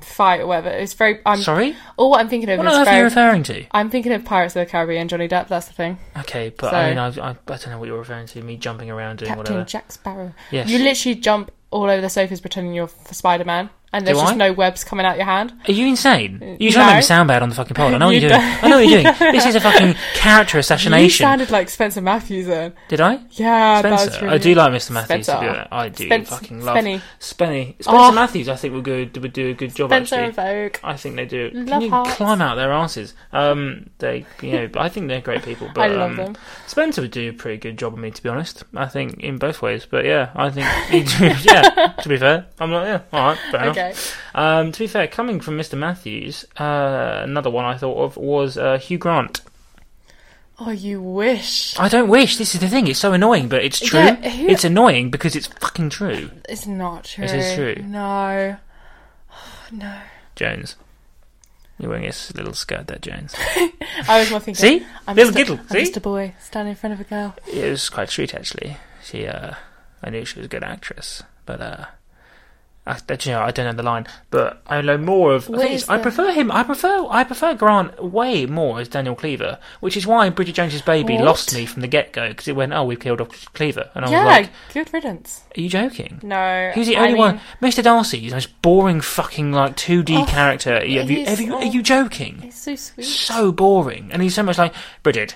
B: fight or whatever. It's very. I'm
A: Sorry?
B: All what I'm thinking of
A: What
B: is
A: on earth are you
B: very.
A: referring to?
B: I'm thinking of Pirates of the Caribbean, Johnny Depp. That's the thing.
A: Okay, but
B: So-
A: I mean, I, I, I don't know what you're referring to. Me jumping around doing
B: Captain
A: whatever.
B: Jack Sparrow.
A: Yes.
B: You literally jump all over the sofas pretending you're Spider Man, and there's
A: Do
B: just
A: I?
B: no webs coming out your hand.
A: Are you insane? You trying to
B: no.
A: make me sound bad on the fucking pod. I know what
B: You
A: you're doing. I know what you're doing. This is a fucking character
B: You
A: assassination.
B: sounded like Spencer Matthews then.
A: Did I?
B: Yeah, that was
A: Spencer.
B: really
A: I do like Mr. Matthews. To be
B: Spencer.
A: honest. I do
B: Spen-
A: fucking love
B: Spenny.
A: Spenny. Spencer
B: Oh.
A: Matthews. I think would go would do a good job
B: Spencer
A: actually.
B: and Vogue.
A: I think they do. Can
B: Love
A: you
B: hearts.
A: climb out their asses? Um, they, you know, but I think they're great people. But,
B: I love
A: um,
B: them.
A: Spencer would do a pretty good job of me, to be honest. I think in both ways. But yeah, I think he'd do- yeah. To be fair, I'm like yeah, all right, fair enough.
B: Okay.
A: Um, to be fair, coming from Mr. Matthews, uh, another one I thought of was uh, Hugh Grant.
B: Oh, you wish.
A: I don't wish. This is the thing. It's so annoying, but it's true.
B: Yeah, who-
A: It's annoying because it's fucking true.
B: It's not true.
A: It is true.
B: No. No.
A: Jones. You're wearing a s- little skirt there, Jones.
B: I was more thinking.
A: See?
B: I'm
A: Little
B: just a-
A: giggle,
B: I'm
A: see?
B: just a boy standing in front of a girl.
A: It was quite sweet, actually. She, uh, I knew she was a good actress, but, uh, I, do you know, I don't know the line, but I know more of. the
B: Where
A: thing is,
B: is
A: I
B: the-
A: prefer him. I prefer. I prefer Grant way more as Daniel Cleaver, which is why Bridget Jones's Baby
B: What?
A: lost me from the get go because it went, oh, we've killed off Cleaver, and I was
B: yeah,
A: like,
B: good riddance.
A: are you joking?
B: No.
A: Who's the
B: I
A: only
B: mean,
A: one? Mr. Darcy is the most boring fucking like 2D
B: Oh,
A: character. Have you,
B: he's-
A: have you,
B: oh.
A: Are you joking?
B: It's so sweet.
A: so boring. And he's so much like, Bridget,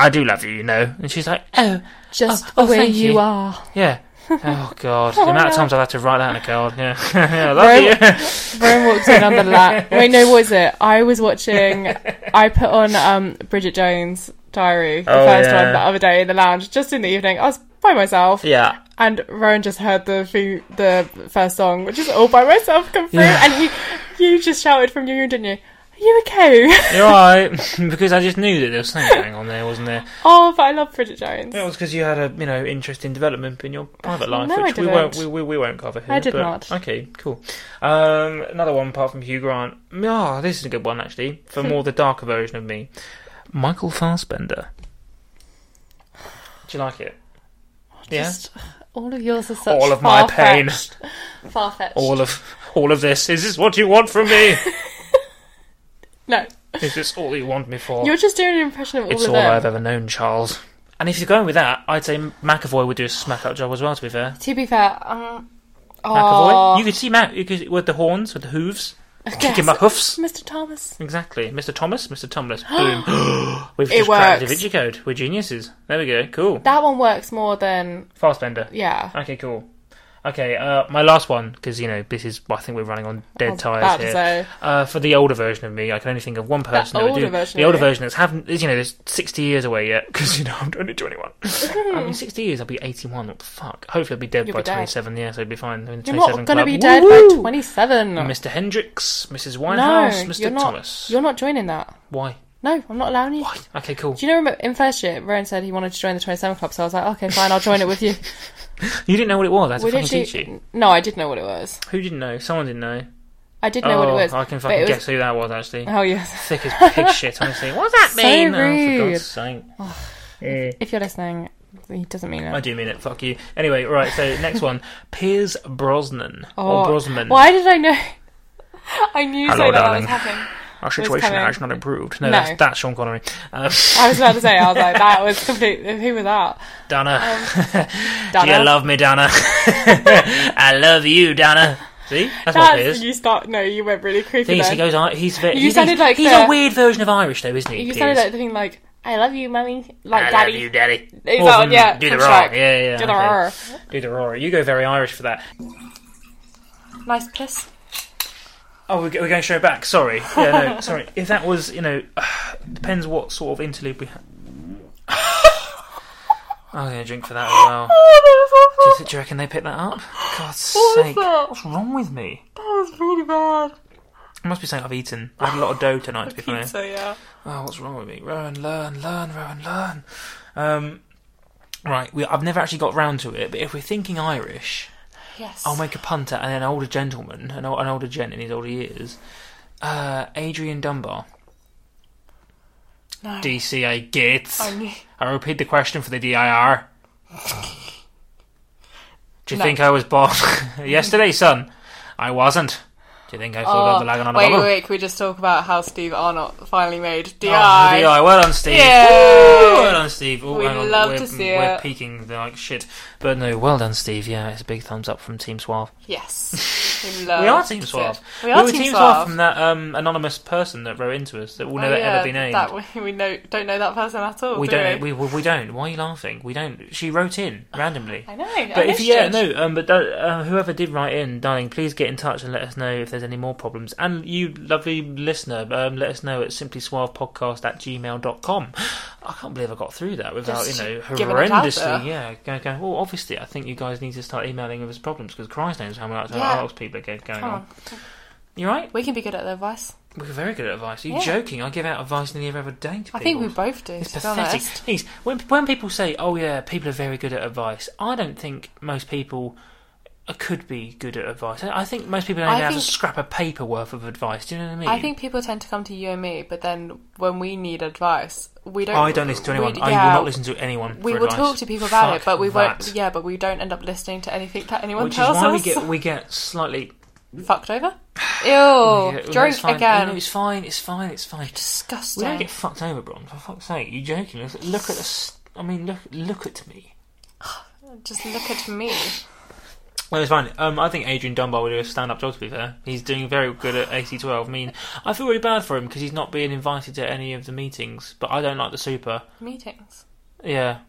A: I do love you, you know. And she's like, oh,
B: Just
A: oh,
B: where
A: thank
B: you,
A: you.
B: are.
A: yeah. Oh, God. The amount of times I've had to write that in a card. Yeah. I
B: Very-
A: love you.
B: Rowan walks in on the lap. Wait, no, what was it? I was watching. I put on um, Bridget Jones' Diary, the
A: Oh,
B: first
A: yeah.
B: one, the other day in the lounge, just in the evening. I was by myself.
A: Yeah.
B: And Rowan just heard the few, the first song, which is all by myself, come through,
A: Yeah.
B: and he, you just shouted from your room, didn't you? Are you okay?
A: You're right. because I just knew that there was something going on there, wasn't there?
B: oh, but I love Bridget Jones.
A: That was because you had a, you know, interest in development in your private life,
B: No, I
A: which we
B: didn't.
A: won't, we, we, we won't cover here.
B: I did
A: but-
B: not.
A: Okay, cool. Um, another one apart from Hugh Grant. Ah, this is a good one, actually, for more the darker version of me. Michael Fassbender. Do you like it? Yeah.
B: Just, all of yours are such
A: all of my pain,
B: Far fetched.
A: all of all of this. Is this what you want from me?
B: No,
A: Is this all you want me for?
B: you're just doing an impression of all
A: it's
B: of
A: all
B: them.
A: I've ever known, Charles. And if you're going with that, I'd say McAvoy would do a smack up job as well. To be fair,
B: To be fair, um,
A: McAvoy,
B: aw.
A: you could see Matt you could, with the horns, with the hooves, kicking
B: oh, Yes.
A: my hoofs.
B: Mr. Thomas.
A: Exactly, Mr. Thomas, Mr. Tumless. Boom. We've just cracked the
B: works.
A: Vinci code. We're geniuses. There we go. Cool.
B: That one works more than
A: Fastbender.
B: yeah.
A: Okay, cool. Okay, uh, my last one because you know this is I think we're running on dead
B: was Oh, about
A: tires
B: to
A: here.
B: say.
A: Uh, for the older version of me, I can only think of one person that would
B: older
A: do
B: version
A: the
B: of
A: older
B: you?
A: version that's haven't is, you know there's sixty years away yet because you know I'm only twenty one. I mean, sixty years I'll be eighty one. What the fuck? Hopefully I'll be dead
B: You'll
A: by
B: be dead.
A: twenty seven. Yeah, so it'd be fine. I'm in the
B: You're not
A: 27
B: going to
A: club.
B: be dead by
A: Woo!
B: 27.
A: Mr. Hendricks, Mrs.
B: no,
A: Winehouse, mister
B: you're not.
A: Thomas.
B: You're not joining that.
A: Why?
B: No, I'm not allowing you.
A: Why? Okay, cool.
B: Do you know in first year, Rowan said he wanted to join the 27 Club, so I was like, okay, fine, I'll join it with you.
A: You didn't know what it was. I had to
B: We
A: fucking
B: literally-
A: teach you.
B: No, I did know what it was.
A: Who didn't know? Someone didn't know.
B: I did know what it
A: Oh,
B: was.
A: I can
B: but
A: fucking
B: it was-
A: guess who that was actually.
B: Oh, yes.
A: Thick as pig shit, honestly. What's that
B: So
A: mean? Oh, for
B: rude.
A: God's sake. Eh.
B: If you're listening, he doesn't mean it.
A: I do mean it. Fuck you. Anyway, right. So next one, Piers Brosnan or Brosnan.
B: Oh, Why did I know? I knew
A: Hello,
B: something that
A: darling.
B: was happening.
A: Our situation
B: coming.
A: has not improved. No,
B: No.
A: That's, that's Sean Connery. Uh,
B: I was about to say, I was like, that was complete. Who was that?
A: Donna,
B: Um,
A: do
B: Donna?
A: you love me, Donna? I love you, Donna. See, that's, what it
B: That's,
A: is.
B: you start. No, you went really creepy.
A: Thing is,
B: Then.
A: he goes. I- He's very.
B: You
A: he's,
B: sounded like
A: he's
B: the-
A: a weird version of Irish, though, isn't he?
B: you
A: Piers?
B: sounded like the thing like, "I love you, mummy," like
A: I
B: daddy.
A: love you, Daddy.
B: Is
A: Or
B: that
A: from-
B: one- yeah,
A: do the
B: from
A: roar.
B: Shrek.
A: Yeah, yeah.
B: Do the
A: okay.
B: roar.
A: Do the roar. You go very Irish for that.
B: Nice piss.
A: Oh, we're, go- we're going straight back. Sorry. Yeah, no, sorry. If that was, you know, depends what sort of interlude we have. I'm going to drink for that as well.
B: Oh,
A: Do you, do you reckon they picked that up? God's sake.
B: that?
A: What's wrong with me?
B: that was Oh, really bad.
A: I must be saying I've eaten. I had a lot of dough tonight, to be fair.
B: Pizza, yeah.
A: Oh, what's wrong with me? Rowan, learn, learn, Rowan, learn. Um, right, we, I've never actually got round to it, but if we're thinking Irish,
B: Yes.
A: I'll Oh, make a punt at an older gentleman, an, ol- an older gent in his older years. Uh, Adrian Dunbar.
B: No.
A: DCA Gates.
B: I knew.
A: I repeat the question for the DIR. Do you
B: No.
A: think I was born yesterday, son? I wasn't. Do you think I pulled out the lagon on a
B: Oh, wait, wait,
A: bubble?
B: wait, can we just talk about how Steve Arnott finally made DI?
A: Oh, DI. Well done, Steve.
B: Yeah.
A: Woo, Well done, Steve. Oh,
B: We'd
A: hang on.
B: love
A: we're,
B: to see
A: We're
B: it.
A: peaking like shit. But no, well done, Steve. Yeah, it's a big thumbs up from Team Suave.
B: Yes. We, love
A: We are Team Suave.
B: We are
A: were
B: Team
A: Team
B: Suave.
A: from that um, anonymous person that wrote into us that will
B: Oh,
A: never
B: yeah,
A: ever be named.
B: That, we we know, don't know that person at all.
A: we
B: do
A: don't.
B: We?
A: We, we we don't. Why are you laughing? We don't. She wrote in randomly.
B: I know. I
A: But if
B: missed
A: yeah
B: it.
A: no um but that, uh, whoever did write in darling please get in touch and let us know if there's any more problems and you lovely listener um let us know at simply suave podcast at gmail.com I can't believe I got through that without
B: Just
A: you know
B: giving it out
A: horrendously
B: there.
A: yeah go, go. well obviously I think you guys need to start emailing us problems because Christ knows how much
B: Yeah.
A: else people are go- going
B: Come
A: on
B: on.
A: you right
B: We can be good at the advice.
A: we're very good at advice are you
B: Yeah.
A: joking I give out advice nearly every day to people
B: I think we both do.
A: it's
B: to be honest.
A: pathetic. Thing is, when when people say, "Oh yeah, people are very good at advice," I don't think most people uh, could be good at advice. I I think most people only
B: I
A: have a
B: think-
A: scrap of paper worth of advice. Do you know what I mean?
B: I think people tend to come to you and me, but then when we need advice, we don't.
A: I don't listen to anyone.
B: we-
A: I will
B: yeah,
A: not listen to anyone.
B: We
A: for
B: will
A: advice.
B: talk to people about it,
A: Fuck
B: but we
A: that.
B: won't. Yeah, but we don't end up listening to anything that anyone
A: Which is
B: tells
A: why we
B: us.
A: get we get slightly.
B: Fucked over. Ew.
A: Yeah, no,
B: drink
A: it's fine.
B: Oh, again.
A: No, it's fine. It's fine. It's fine. We
B: Disgusting.
A: don't get fucked over, Bron. For fuck's sake, you joking? Look at the. s- I mean, look look at me.
B: Just look at me.
A: Well, it's fine. Um, I think Adrian Dunbar would do a stand-up job. To be fair, he's doing very good at eighty twelve. I mean, I feel really bad for him because he's not being invited to any of the meetings. But I don't like the super.
B: Meetings.
A: Yeah.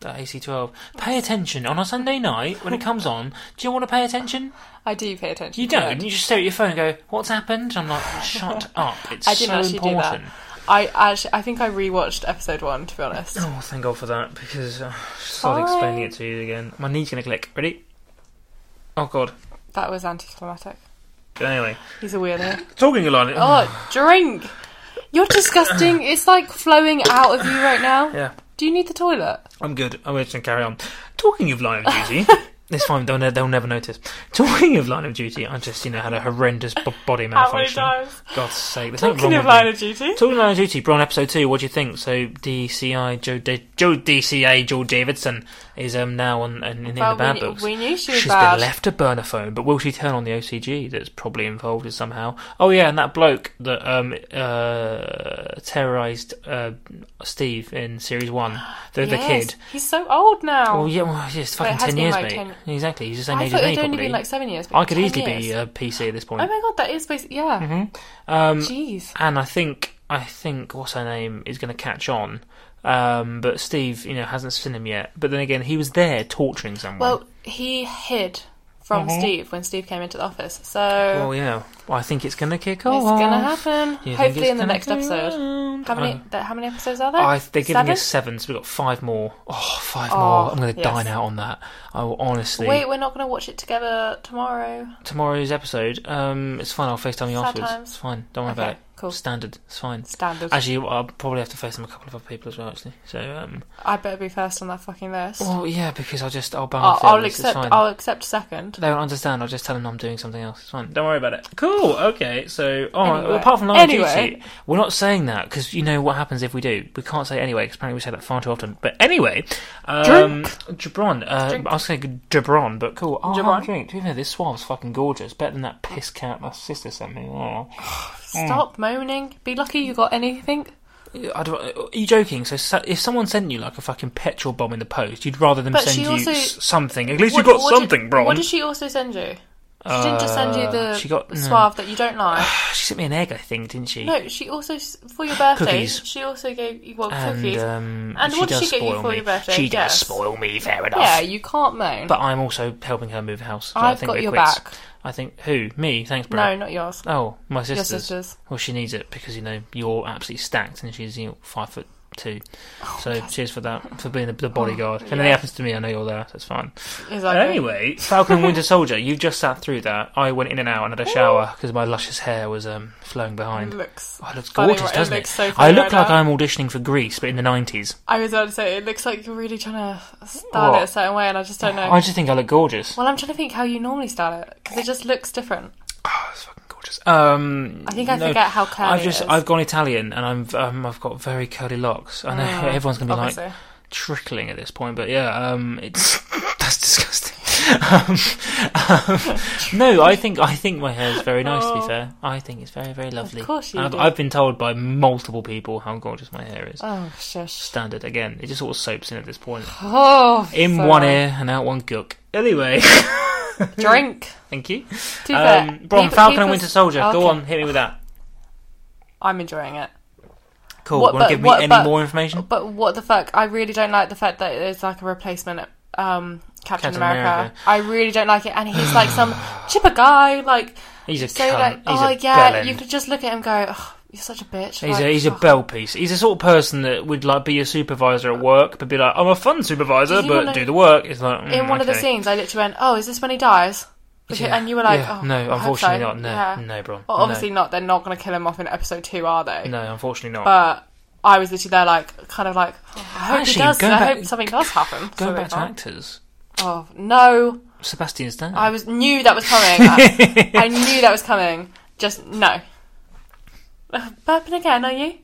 A: That AC12. Pay attention on a Sunday night when it comes on. Do you want to pay attention?
B: I do pay attention.
A: You
B: to
A: don't.
B: it.
A: You just stare at your phone and go, "What's happened?" I'm like, "Shut up! It's
B: I didn't
A: so
B: actually
A: important."
B: do that. I actually, I think I rewatched episode one to be honest.
A: Oh, thank God for that because uh, start
B: Fine.
A: explaining it to you again. My knee's gonna click. Ready? Oh God.
B: That was anticlimactic.
A: Anyway,
B: He's a weirdo.
A: talking a lot.
B: Oh, drink. You're disgusting. It's like flowing out of you right now.
A: Yeah.
B: Do you need the toilet?
A: I'm good. I'm just going to carry on. Talking of Line of Duty, this time they'll, ne- they'll never notice. Talking of Line of Duty, I just, you know, had a horrendous b- body malfunction.
B: times?
A: God's sake, there's
B: Talking
A: nothing wrong
B: of
A: with
B: Line
A: me.
B: of Duty.
A: Talking of Line of Duty, Bron episode 2, what do you think? So, DCI, Joe, da- Joe DCA, Joe Davidson, is um, now on, and in the bad
B: we,
A: books.
B: we knew she was
A: She's
B: bad.
A: been left to burn a phone, but will she turn on the OCG that's probably involved in somehow? Oh yeah, and that bloke that um uh terrorized uh Steve in series one, the the
B: Yes.
A: kid.
B: He's so old now.
A: Well, Oh, yeah, well, yeah, it's
B: But Oh.
A: fucking
B: it has
A: ten
B: been
A: years,
B: like
A: mate.
B: 10
A: Exactly, he's the same
B: I
A: age
B: thought
A: as me,
B: it'd only
A: probably.
B: been like seven years. But
A: I could
B: 10
A: easily
B: years.
A: be uh, a PC at this
B: Oh
A: point.
B: my god, that is basically yeah.
A: Um,
B: Jeez.
A: and I think I think what's her name is going to catch on. Um, but Steve, you know, hasn't seen him yet. But then again, he was there torturing someone.
B: Well, he hid from Steve when Steve came into the office. So
A: Mm-hmm. Well, yeah. Well, I think it's going to kick off.
B: uh, it's gonna happen.
A: You think
B: Hopefully
A: it's
B: in the
A: gonna
B: next
A: go
B: episode.
A: round?
B: How many?
A: Oh.
B: th- how many episodes are there?
A: I, they're giving
B: Seven?
A: us seven, so we've got five more. Oh, five
B: Oh,
A: more. I'm going to
B: yes.
A: dine out on that. I will honestly.
B: Wait, we're not gonna watch it together tomorrow.
A: Tomorrow's episode, um, it's fine. I'll FaceTime you
B: Sad
A: afterwards.
B: times.
A: It's fine. Don't worry
B: Okay,
A: about it.
B: cool.
A: Standard. It's fine.
B: Standard.
A: Actually, I'll probably have to FaceTime a couple of other people as well, actually. So, um,
B: I better be first on that fucking list.
A: well, yeah, because I'll just, I'll
B: I'll,
A: balance it.
B: I'll
A: at least,
B: accept.
A: It's fine.
B: I'll accept second.
A: They won't understand. I'll just tell them I'm doing something else. It's fine. Don't worry about it. Cool. Okay. So, all right.
B: Anyway.
A: apart from Line of
B: Anyway.
A: Duty, we're not saying that because you know what happens if we do. We can't say anyway because apparently we say that far too often. But anyway, um, Jabron. Uh,
B: Drink.
A: I was saying Jabron, but cool. Oh,
B: Jabron.
A: Jabron. drink. To be fair, this suave's fucking gorgeous. Better than that piss cat my sister sent me. Oh.
B: Stop moaning. Be lucky you got anything.
A: I don't, are you joking? So sa- if someone sent you like a fucking petrol bomb in the post, you'd rather them
B: But
A: send
B: she
A: you
B: also-
A: s- something. At least you
B: What-
A: got
B: what did-
A: something, Bron.
B: What did she also send you? She didn't just send you the
A: Uh, she got- no.
B: suave that you don't like.
A: she sent me an egg, I think, didn't she?
B: No, she also s- for your birthday.
A: Cookies.
B: She also gave you well
A: And,
B: cookies.
A: um,
B: And
A: she
B: what did
A: does
B: she get you
A: spoil
B: for
A: me.
B: your birthday?
A: She
B: Yes.
A: does spoil me, fair enough.
B: yeah, you can't moan.
A: But I'm also helping her move house. So I
B: I've
A: think
B: got
A: we're
B: your
A: quits.
B: back.
A: I think who? Me? Thanks, bro.
B: No, not yours.
A: Oh, my
B: Your
A: sister's.
B: sisters.
A: Well, she needs it because you know you're absolutely stacked, and she's you know, five foot two.
B: Oh,
A: so cheers for that for being the, the bodyguard. if anything happens to me, I know you're there. That's fine.
B: Exactly.
A: Anyway, Falcon and Winter Soldier. You just sat through that. I went in and out and had a shower because my luscious hair was um, flowing behind.
B: looks.
A: Oh, it looks
B: Mm. funny
A: gorgeous,
B: right- it
A: doesn't it?
B: looks so
A: I
B: funny
A: look
B: right
A: like
B: now.
A: I'm auditioning for Greece, but in the '90s.
B: I was about to say it looks like you're really trying to style
A: What?
B: it a certain way, and I just don't know.
A: I just think I look gorgeous.
B: Well, I'm trying to think how you normally style it because it just looks different.
A: Oh, it's fucking gorgeous. Um,
B: I think I forget how curly
A: I've just
B: it is.
A: I've gone Italian and I'm um, I've got very curly locks. I know
B: Oh,
A: everyone's gonna be
B: Mm, Obviously.
A: like trickling at this point, but yeah, um, it's that's disgusting. um, um, no, I think I think my hair's very nice. To
B: Oh.
A: be fair, I think it's very very lovely.
B: course you
A: And I've,
B: do.
A: I've been told by multiple people how gorgeous my hair is.
B: oh shush.
A: Standard again. It just sort of soaps in at this point.
B: Oh,
A: In
B: so-
A: one ear and out one gook. Anyway,
B: drink.
A: thank you.
B: To
A: Um,
B: that,
A: Bron,
B: keep-
A: Falcon
B: keep
A: and
B: us-
A: Winter Soldier. Go
B: Okay.
A: on, hit me with that.
B: I'm enjoying it.
A: Cool.
B: What-
A: Want
B: but-
A: to give me
B: what-
A: any
B: but-
A: more information?
B: But what the fuck? I really don't like the fact that it's like a replacement um, Captain,
A: Captain
B: America.
A: America.
B: I really don't like it, and he's like some chipper guy, like
A: He's a
B: so
A: cunt.
B: like.
A: he's
B: oh
A: a
B: yeah,
A: bellend.
B: you could just look at him and go, oh, "You're such a bitch."
A: He's
B: like,
A: a he's a
B: oh.
A: bell piece. He's the sort of person that would like be your supervisor at work, but be like, I'm a fun supervisor,
B: Does he
A: but
B: wanna-
A: do the work. It's like mm,
B: In one of the
A: okay.
B: scenes, I literally went, "Oh, is this when he dies?" Because,
A: Yeah,
B: And you were like,
A: yeah,
B: oh, I
A: no,
B: hope
A: unfortunately
B: so.
A: not. No,
B: Yeah.
A: no, Bron.
B: Well,
A: no.
B: obviously not. They're not going to kill him off in episode two, are they?
A: no, unfortunately not.
B: But I was literally there, like, kind of like, oh, I hope he
A: Actually,
B: does.
A: going
B: I
A: back-
B: hope something does happen.
A: Going
B: So
A: back
B: they
A: to
B: can't.
A: actors,
B: Oh no!
A: Sebastian Stan.
B: I was knew that was coming. I, I knew that was coming. Just no. Burping again, are you?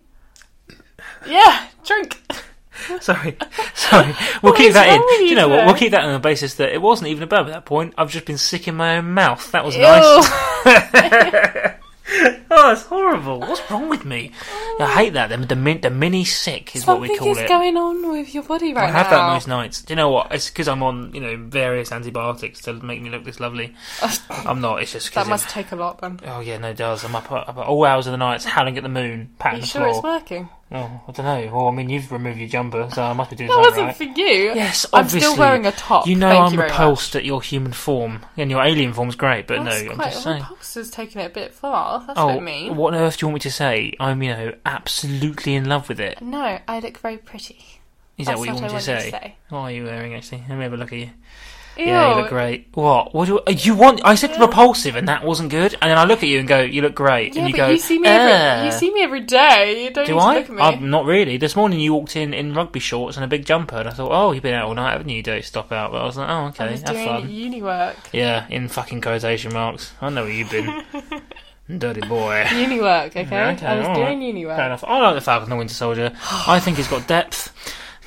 B: Yeah, drink.
A: sorry, sorry. We'll
B: What
A: keep
B: is
A: that in.
B: wrong with
A: Do you
B: you
A: know what?
B: today?
A: We'll keep that on the basis that it wasn't even a burp at that point. I've just been sick in my own mouth. That was
B: Ew.
A: nice. Oh, it's horrible. What's wrong with me? I hate that. The, the, min- the mini sick is
B: Something
A: what we call
B: is
A: it.
B: going on with your body right
A: I have
B: now.
A: that most nights. Do you know what? It's because I'm on, you know, various antibiotics to make me look this lovely. I'm not. It's just
B: that
A: because.
B: must take a lot then.
A: Oh yeah, no, it does. I'm up, up at all hours of the night, howling at the moon,
B: Are
A: patting
B: you
A: the
B: sure it's
A: floor.
B: working?
A: Oh, I don't know. Well, I mean, you've removed your jumper, so I must be doing
B: That
A: something
B: wasn't
A: right.
B: for you.
A: Yes,
B: I'm
A: obviously.
B: still wearing a top.
A: You know
B: Thank
A: I'm
B: you very
A: repulsed at your human form, and your alien form's great, but
B: Much. That's
A: no, I'm
B: quite,
A: just
B: well,
A: saying.
B: Pox is taking it a bit far. That's
A: Oh,
B: what I mean.
A: what on earth do you want me to say? I'm, you know, absolutely in love with it.
B: No, I look very pretty.
A: Is
B: That's
A: that what you
B: what
A: want me
B: I
A: to
B: wanted
A: say?
B: to say.
A: What are you wearing, actually? Let me have a look at you.
B: Ew.
A: Yeah, you look great. What? What do uh, you want? I said repulsive, and that wasn't good. And then I look at you and go, "You look great."
B: Yeah,
A: and you
B: but
A: go,
B: you see me
A: "Eh."
B: every, you see me every day. You don't
A: Do
B: need to
A: I?
B: look at me.
A: I'm not really. This morning you walked in in rugby shorts and a big jumper, and I thought, "Oh, you've been out all night, haven't you? Don't stop out." But I was like, "Oh,
B: I
A: okay,
B: was
A: have
B: doing
A: fun."
B: uni work.
A: Yeah, in fucking quotation marks. I know where you've been, dirty boy.
B: Uni work, okay? I was
A: all
B: doing
A: right.
B: uni work.
A: Fair enough. I like the Falcon and the Winter Soldier. I think he's got depth.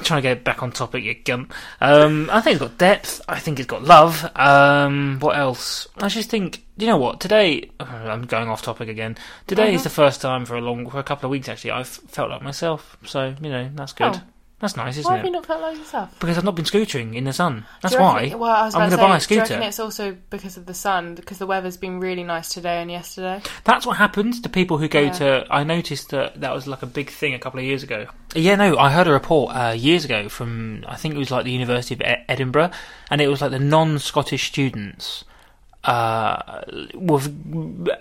A: trying to get it back on topic, you gump. Um, I think it's got depth. I think it's got love. Um, what else? I just think, you know what? Today, I'm going off topic again.
B: Uh-huh.
A: Today is the first time for a long, for a couple of weeks actually, I've felt like myself. So you know that's good.
B: Oh.
A: That's nice, isn't
B: Why have
A: it?
B: you not felt like yourself?
A: Because I've not been scooching in the sun. That's
B: Do you
A: why.
B: reckon- Well, I was
A: I'm
B: about
A: gonna buy a
B: to say, do you
A: scooter.
B: reckon it's also because of the sun, because the weather's been really nice today and yesterday.
A: That's what happens to people who go
B: Yeah.
A: to. I noticed that that was like a big thing a couple of years ago. Yeah, no, I heard a report uh, years ago from I think it was like the University of E- Edinburgh, and it was like the non-Scottish students uh, were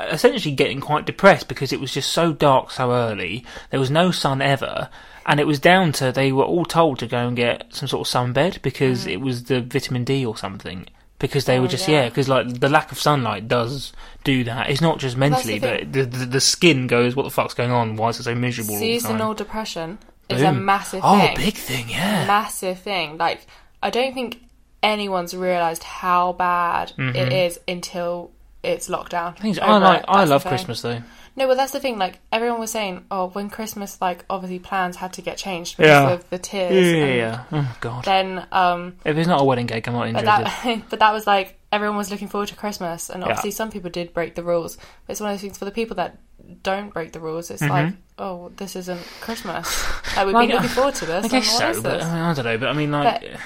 A: essentially getting quite depressed because it was just so dark so early. There was no sun ever, and it was down to they were all told to go and get some sort of sunbed because it was the vitamin D or something. Because they
B: Mm. Oh,
A: were just
B: yeah.
A: yeah, because like the lack of sunlight does do that. It's not just
B: That's the
A: mentally, but the, the the skin goes, "What the fuck's going on? Why is it so miserable?" all the time?
B: Seasonal depression is a
A: Boom.
B: massive
A: oh,
B: thing.
A: big thing, yeah.
B: massive thing. Like, I don't think anyone's realised how bad it is until it's lockdown.
A: Mm-hmm. Things I
B: over
A: like.
B: it.
A: I
B: oh, That's the
A: love
B: thing.
A: Christmas though.
B: No, well, that's the thing. Like, everyone was saying, oh, when Christmas, like, obviously plans had to get changed because
A: Yeah.
B: of the tears.
A: Yeah, yeah,
B: and
A: yeah. Oh god.
B: Then, um,
A: If it's not a wedding cake, I'm not
B: But
A: interested.
B: that, but that was like everyone was looking forward to Christmas, and obviously some people did break the rules. But it's one of those things for the people that don't break the rules.
A: Mm-hmm.
B: It's like, oh, this isn't Christmas. Like we've
A: Like,
B: been looking forward to this.
A: I
B: and
A: guess
B: what
A: so,
B: is
A: but I,
B: this?
A: mean, I don't know. But I mean, like,
B: But-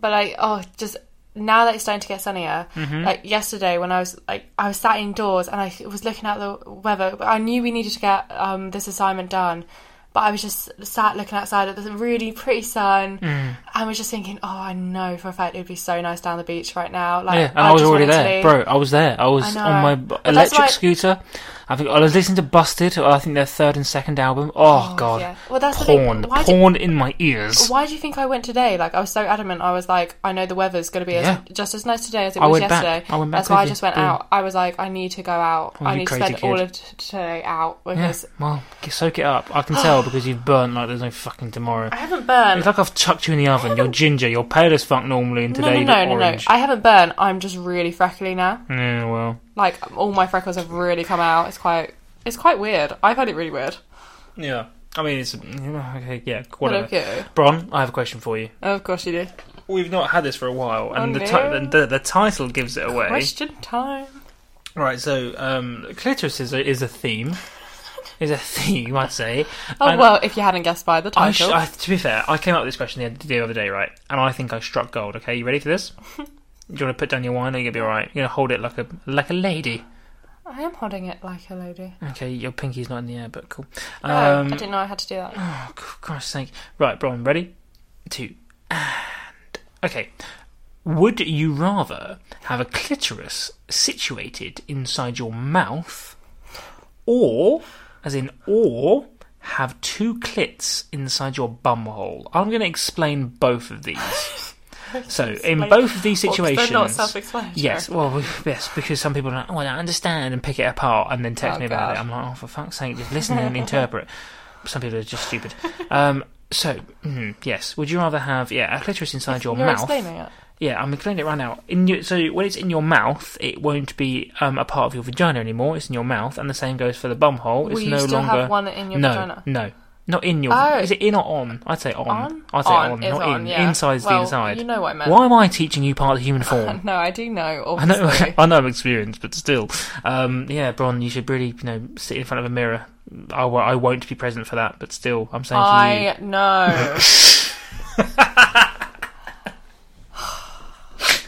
B: But like, oh, just now that it's starting to get sunnier.
A: Mm-hmm.
B: Like yesterday, when I was like, I was sat indoors and I was looking at the weather. But I knew we needed to get um, this assignment done. But I was just sat looking outside at the really pretty sun,
A: Mm.
B: and was just thinking, "Oh, I know for a fact it would be so nice down the beach right now." Like,
A: yeah, and I, was
B: just
A: already
B: wanted to
A: there,
B: leave.
A: bro. I was there. I was
B: I know.
A: on my b-
B: But that's
A: electric
B: why-
A: scooter. I think I was listening to Busted. I think their third and second album. Oh, god,
B: yeah. Well, that's the thing.
A: porn,
B: Why do-
A: porn in my ears.
B: Why do you think I went today? Like I was so adamant. I was like, I know the weather's going to be as,
A: Yeah.
B: just as nice today as it
A: I
B: was
A: went back.
B: yesterday.
A: I went back
B: That's why I
A: with you.
B: just went
A: Boom.
B: out. I was like, I need to go out.
A: Oh,
B: I
A: you
B: need to
A: crazy
B: spend
A: kid.
B: all of t- today out
A: Yeah,
B: because
A: well, g- soak it up. I can tell because you've burnt like there's no fucking tomorrow.
B: I haven't
A: It's
B: burned.
A: like I've chucked you in the oven. You're ginger. You're pale as fuck normally, and
B: No, no,
A: today
B: no,
A: you
B: no,
A: look
B: no.
A: orange.
B: I haven't burned. I'm just really freckly now.
A: Yeah, well,
B: Like all my freckles have really come out. It's quite, it's quite weird. I find it really weird.
A: yeah. I mean, it's okay. Yeah,
B: But
A: whatever.
B: okay.
A: Bron, I have a question for you.
B: Of course you do.
A: We've not had this for a while, and
B: Oh,
A: the,
B: no.
A: ti- the the title gives it away.
B: Question time.
A: Right, so um, clitoris is a, is a theme, is a theme I'd say.
B: Oh
A: And
B: well, if you hadn't guessed by the
A: I sh-
B: title,
A: I- to be fair, I came up with this question the other, the other day, right? And I think I struck gold. Okay, you ready for this? Do you want to put down your wine, or you're gonna be all right? You're gonna hold it like a like a lady.
B: I am holding it like a lady.
A: Okay, your pinky's not in the air, but cool.
B: No,
A: Um,
B: I didn't know I had to do that.
A: Oh, c- Christ's sake. Right, Brian, ready? Two. And. Okay. Would you rather have a clitoris situated inside your mouth, or, as in, or, have two clits inside your bumhole? I'm going to explain both of these. So, in
B: Explain-
A: both of these
B: Well, 'cause
A: situations.
B: They're not self-explanatory.
A: Yes, well, yes, because some people are like, oh, I don't understand, and pick it apart and then text
B: Oh,
A: me about
B: God.
A: it. I'm like, oh, for fuck's sake, just listen and interpret. Some people are just stupid. Um, so, mm, yes, would you rather have, yeah, a clitoris inside your
B: You're
A: mouth?
B: explaining it.
A: Yeah, I'm explaining it right now. In your, so when it's in your mouth, it won't be um, a part of your vagina anymore. It's in your mouth, and the same goes for the bum hole. It's
B: Will you
A: no
B: still
A: longer
B: have one in your
A: no,
B: vagina?
A: no, not in your.
B: Oh.
A: Is it in or on? I'd say on.
B: On?
A: I'd say
B: On
A: on,
B: is
A: not
B: on,
A: in.
B: yeah.
A: Inside is
B: Well,
A: the inside.
B: you know what I meant.
A: Why am I teaching you part of the human form?
B: No, I do know.
A: I know,
B: Obviously.
A: I know, I'm experienced, but still, um, yeah, Bron, you should really, you know, sit in front of a mirror. I, w- I won't be present for that, but still, I'm saying to you,
B: I know.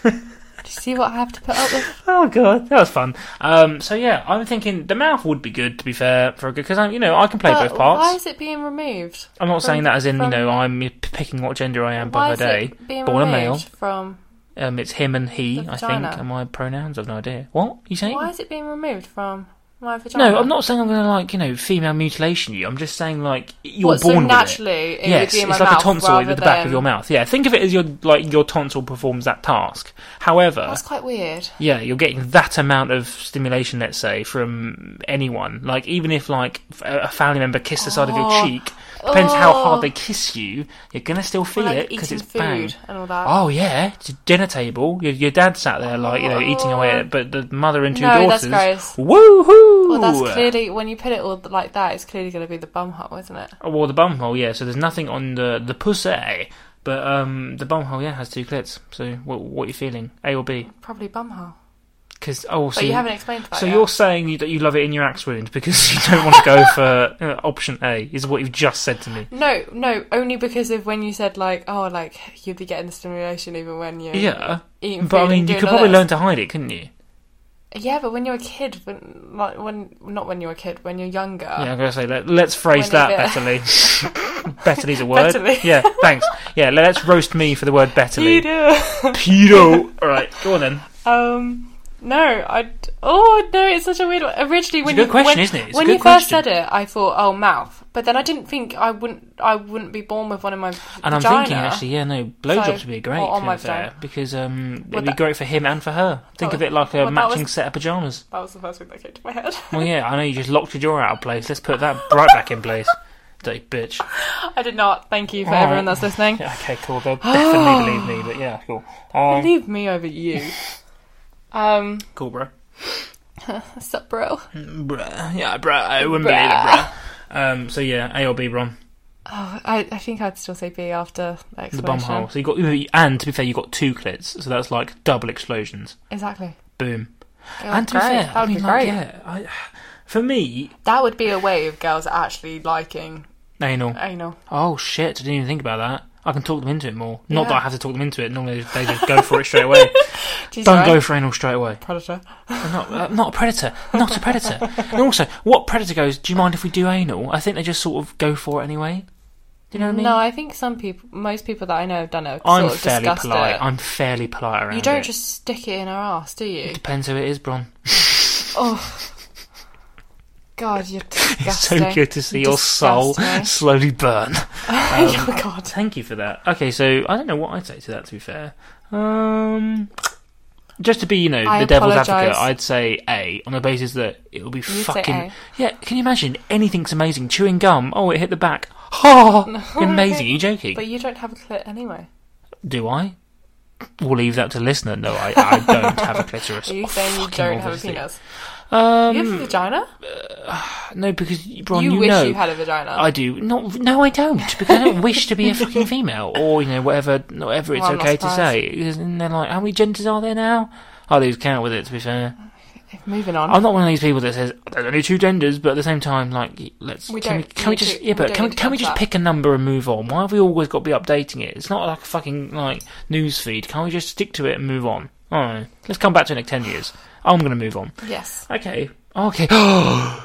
B: do you see what I have to put up with?
A: oh god, that was fun. Um, so yeah, I'm thinking the mouth would be good to be fair for a good because I'm, you know, I can play
B: But
A: both
B: Why
A: parts.
B: is it being removed?
A: I'm not saying that as in
B: from-
A: you know I'm p- picking what gender I am
B: Why
A: by
B: is
A: the day.
B: it being
A: Born a
B: removed
A: male.
B: from?
A: Um, it's him and he.
B: The
A: I think
B: vagina.
A: are my pronouns. I've no idea. What you saying?
B: Why is it being removed from my vagina?
A: No, I'm not saying I'm going to like you know female mutilation you. I'm just saying like you're
B: What,
A: born
B: so
A: with it.
B: naturally, it,
A: Yes,
B: would be in my
A: it's like
B: mouth
A: a tonsilloid
B: rather
A: at the back
B: than-
A: of your mouth. Yeah, think of it as your like your tonsil performs that task. However,
B: That's quite weird.
A: yeah, you're getting that amount of stimulation, let's say, from anyone. Like even if like f- a family member kissed the side of your
B: Oh.
A: cheek, depends how
B: Oh.
A: hard they kiss you, you're gonna still feel
B: Like
A: it because
B: eating
A: it's
B: food
A: bang.
B: and all that.
A: Oh yeah, it's a dinner table. Your, your dad sat there like you know eating away at it, but the mother and two
B: Oh. No, that's
A: daughters.
B: gross.
A: Woohoo!
B: Well, that's clearly when you put it all like that, it's clearly going to be the bum hole, isn't it?
A: Oh, well, the bum hole, yeah. So there's nothing on the the pussy, but um, the bum hole, yeah, has two clits. So what what are you feeling? A or B?
B: Probably bum hole.
A: Because oh, so
B: But you haven't explained that.
A: so
B: yet.
A: you're saying you, that you love it in your axe wound because you don't want to go for uh, option A is what you've just said to me.
B: No, no, only because of when you said like, oh, like you'd be getting the stimulation even when Mm. you
A: Yeah,
B: eating
A: but
B: food
A: I mean
B: and
A: you
B: doing
A: could
B: all
A: probably
B: this.
A: learn to hide it, couldn't you?
B: Yeah, but when you're a kid, when like when not when you're a kid, when you're younger.
A: Yeah, I'm gonna say let, let's phrase
B: Uh, When
A: that
B: is it?
A: betterly. betterly's a word.
B: Betterly.
A: Yeah, thanks. Yeah, let's roast me for the word betterly.
B: You do.
A: Pedo. All right, go on then.
B: um, no, I. Oh no, it's such a weird. one. Originally, when
A: good
B: you
A: question,
B: when,
A: isn't it? It's a
B: when
A: good
B: you first
A: question.
B: said it, I thought, oh, mouth. But then I didn't think I wouldn't. I wouldn't be born with one in my.
A: And I'm
B: vagina.
A: thinking, actually, yeah, no, blowjobs would be great
B: or on
A: to
B: my
A: be fair,
B: vagina.
A: because um, it'd
B: Well,
A: be
B: that-
A: great for him and for her. Think
B: Well,
A: of it like a
B: well, that
A: matching
B: was-
A: set of pajamas.
B: that was the first thing that came to my head.
A: Well, yeah, I know you just locked your jaw out of place. Let's put that right back in place, dirty bitch.
B: I did not. Thank you for
A: Alright.
B: everyone that's listening.
A: Yeah, okay, cool. They'll definitely believe me, but yeah, cool. Um,
B: Leave me over you. Um,
A: cool, bro.
B: sup, bro? Oh,
A: Bruh. Yeah, bruh. I wouldn't
B: Bruh.
A: believe it, bruh. Um, so yeah, A or B, Ron.
B: Oh, I, I think I'd still say B after the
A: The
B: explanation.
A: bum hole. So you got, and to be fair, you got two clits, so that's like double explosions.
B: Exactly.
A: Boom.
B: It
A: and
B: would
A: to
B: be
A: be
B: great.
A: fair,
B: that would
A: I mean,
B: be
A: like,
B: great.
A: yeah, I, for me,
B: That would be a way of girls actually liking
A: anal.
B: anal.
A: Oh shit! I didn't even think about that. I can talk them into it more. Not
B: Yeah.
A: that I have to talk them into it. Normally they just go for it straight away. Don't go for anal straight away.
B: predator.
A: I'm not, uh, not a predator. Not a predator. and also, what predator goes? Do you mind if we do anal? I think they just sort of go for it anyway. Do you know what I mean?
B: No, I think some people, most people that I know have done it.
A: I'm
B: sort of
A: fairly
B: discussed
A: polite.
B: It.
A: I'm fairly polite around
B: you don't
A: it.
B: just stick it in her ass, do you?
A: depends who it is, Bron.
B: oh, God, you're
A: It's
B: disgusting.
A: so good to see your soul Um,
B: Disgusting.
A: slowly burn.
B: oh my God.
A: Thank you for that. Okay, so I don't know what I'd say to that. To be fair, um, just to be you know
B: I
A: the devil's
B: apologise.
A: advocate, I'd say A on the basis that it will be
B: say
A: fucking
B: A.
A: yeah. Can you imagine anything's amazing? Chewing gum. Oh, it hit the back. Ha! amazing. Are you joking?
B: But you don't have a clit anyway.
A: Do I? We'll leave that to listener. No, I, I don't have a clitoris.
B: Are you saying you
A: Fucking
B: don't have a
A: obviously.
B: penis? you have a
A: Um,
B: vagina?
A: no, because Bron,
B: you,
A: you,
B: wish
A: know.
B: you had a vagina.
A: I do. Not no, I don't because I don't wish to be a fucking female or you know whatever whatever it's
B: Well, I'm not
A: okay to
B: surprised.
A: say. And they're like, how many genders are there now? I lose count with it. To be fair,
B: Moving on.
A: I'm not one of these people that says there's only two genders, but at the same time, like let's
B: We
A: can we
B: don't
A: can we
B: need
A: just
B: to-
A: yeah,
B: we
A: but
B: don't
A: can we
B: need to
A: can we
B: touch
A: just
B: that.
A: pick a number and move on? Why have we always got to be updating it? It's not like a fucking like news feed. Can't we just stick to it and move on? All right, let's come back to it in like ten years. I'm gonna move on.
B: yes.
A: Okay. Okay.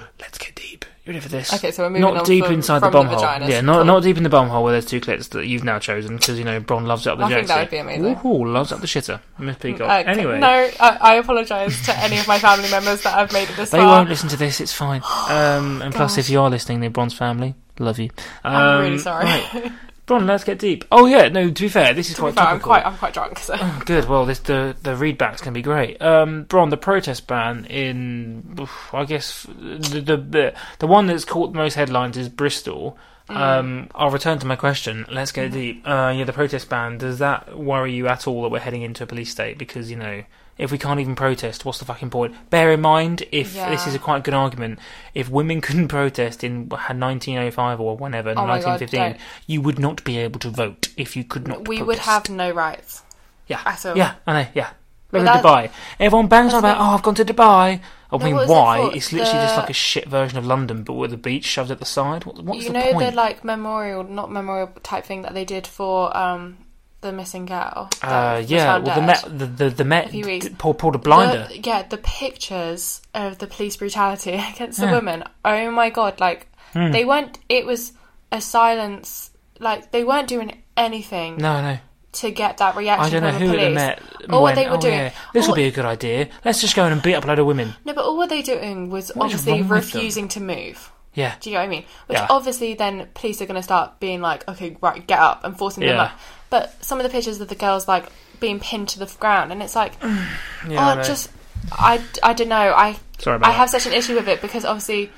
A: Let's get deep. You ready for this?
B: Okay, so we're moving
A: not
B: on
A: deep
B: from-
A: inside
B: from
A: the bum
B: the
A: hole.
B: vaginas.
A: Yeah, not
B: Cool.
A: not deep in the bum hole where there's two clits that you've now chosen because you know Bron loves up the
B: I
A: jacksie.
B: think that would be amazing.
A: Ooh, loves up the shitter, Miss Peacock.
B: Uh,
A: anyway,
B: No, I, I apologise to any of my family members that I've made it this
A: they
B: far.
A: won't listen to this. It's fine. Um, and plus,
B: God.
A: if you are listening, the Bron's family love you. Um,
B: I'm really sorry.
A: Right. Bron, let's get deep. Oh yeah, no. To be fair, this is
B: to be
A: quite
B: fair, I'm
A: topical.
B: quite, I'm quite drunk. So
A: Oh, Good. Well, this the the readbacks can be great. Um, Bron, the protest ban in, oof, I guess the the- the the one that's caught the most headlines is Bristol.
B: Mm.
A: Um, I'll return to my question. Let's go deep. Uh, yeah, the protest ban. Does that worry you at all that we're heading into a police state? Because you know, if we can't even protest, what's the fucking point? Bear in mind, if this
B: Yeah.
A: is a quite good argument, if women couldn't protest in 1905 or whenever,
B: Oh my God,
A: 1915,
B: don't.
A: you would not be able to vote if you could not.
B: we
A: protest.
B: would have no rights.
A: Yeah.
B: at all.
A: Yeah, I know, yeah. Look
B: But
A: at Dubai. Everyone bangs on about,
B: not-
A: oh, I've gone to Dubai. I
B: No,
A: mean,
B: what was it
A: why?
B: for?
A: It's literally just
B: The-
A: like a shit version of London, but with a beach shoved at the side. What, what's
B: you
A: the
B: know the
A: point?
B: like memorial, not memorial type thing that they did for um the missing girl. that
A: uh,
B: was
A: yeah,
B: found
A: well, the
B: dead?
A: Met, the, the, the Met
B: few
A: d-
B: weeks.
A: pulled, pulled a blinder.
B: The- yeah, the pictures of the police brutality against the
A: Yeah.
B: women. Oh my god! Like
A: Hmm.
B: they weren't. It was a silence. Like they weren't doing anything
A: No, no.
B: to get that reaction
A: I don't know
B: from
A: who
B: the
A: at the
B: police.
A: Met
B: Or what
A: went,
B: they were
A: oh,
B: doing.
A: yeah, this
B: Or-
A: would be a good idea. Let's just go in and beat up a load of women.
B: No, but all what they doing was
A: is
B: obviously
A: wrong with them?
B: refusing to move.
A: Yeah.
B: Do you know what I mean? Which
A: Yeah.
B: obviously then police are going to start being like, okay, right, get up and forcing them
A: Yeah.
B: up. But some of the pictures of the girls like being pinned to the ground, and it's like,
A: yeah I
B: oh,
A: know.
B: just I, I don't know. I
A: Sorry about
B: I
A: that.
B: have such an issue with it because obviously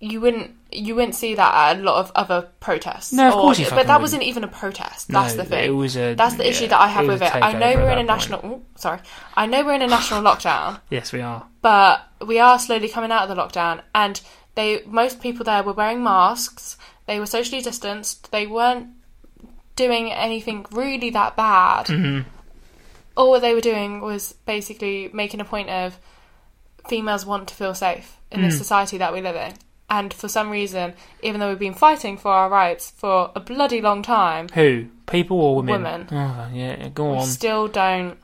B: you wouldn't you wouldn't see that at a lot of other protests.
A: No, of course you
B: But
A: fucking
B: that wasn't even a protest. That's
A: No,
B: the thing.
A: it was a-
B: That's the issue
A: yeah,
B: that I have
A: it was
B: with it.
A: a
B: I know
A: takeover
B: we're
A: at
B: in a
A: that point.
B: national. ooh, sorry, I know we're in a national lockdown
A: Yes, we are.
B: but we are slowly coming out of the lockdown and they most people there were wearing masks they were socially
A: Mm-hmm.
B: distanced they weren't doing anything really that bad all what they were doing was basically making a point of females want to feel safe in
A: Mm.
B: this society that we live in. And for some reason, even though we've been fighting for our rights for a bloody long time,
A: Who? People or women?
B: Women.
A: Oh, yeah, go
B: we
A: on.
B: still don't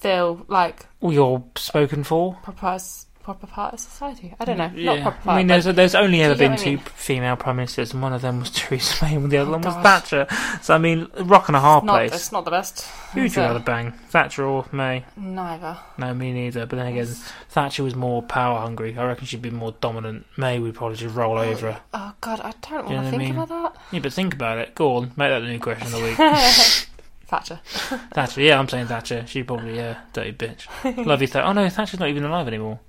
B: feel like
A: Well, you're spoken for.
B: proper parts- proper part of society. I don't know,
A: Yeah.
B: not proper part.
A: I mean,
B: but-
A: there's, there's only ever
B: you get
A: been
B: what I
A: two
B: mean? Oh,
A: female prime ministers, and one of them was Theresa May, and the other one was
B: gosh.
A: Thatcher. So I mean, rock and a hard
B: not,
A: place.
B: it's not the best.
A: Who
B: is
A: would you
B: it?
A: rather bang, Thatcher or May?
B: Neither.
A: No, me neither. But then again, Thatcher was more power hungry. I reckon she'd be more dominant. May would probably just roll over her.
B: Oh God, I don't
A: you know
B: want to
A: what I
B: think
A: mean?
B: about that.
A: Yeah, but think about it. Go on, make that the new question of the week.
B: Thatcher.
A: Thatcher, yeah, I'm saying Thatcher. She probably a dirty bitch. Love you, Thatcher. Oh no, Thatcher's not even alive anymore.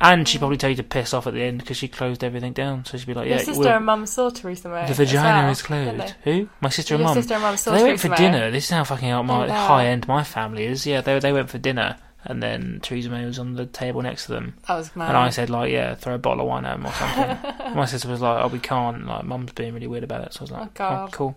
A: And
B: Hmm.
A: she probably tell you to piss off at the end because she closed everything down. So she'd be like,
B: Your
A: "Yeah,
B: sister
A: we're-
B: and mum saw Theresa May.
A: the vagina is
B: didn't
A: closed." Who? My sister
B: Your
A: and mum.
B: sister and mum saw
A: they went
B: Theresa
A: for
B: May.
A: dinner. This is how fucking out my
B: They were.
A: high end my family is. Yeah, they they went for dinner, and then Theresa May was on the table next to them,
B: That was mad.
A: and I said like, "Yeah, throw a bottle of wine at 'em or something." my sister was like, "Oh, we can't." Like, mum's being really weird about it, so I was like,
B: Oh, God.
A: cool."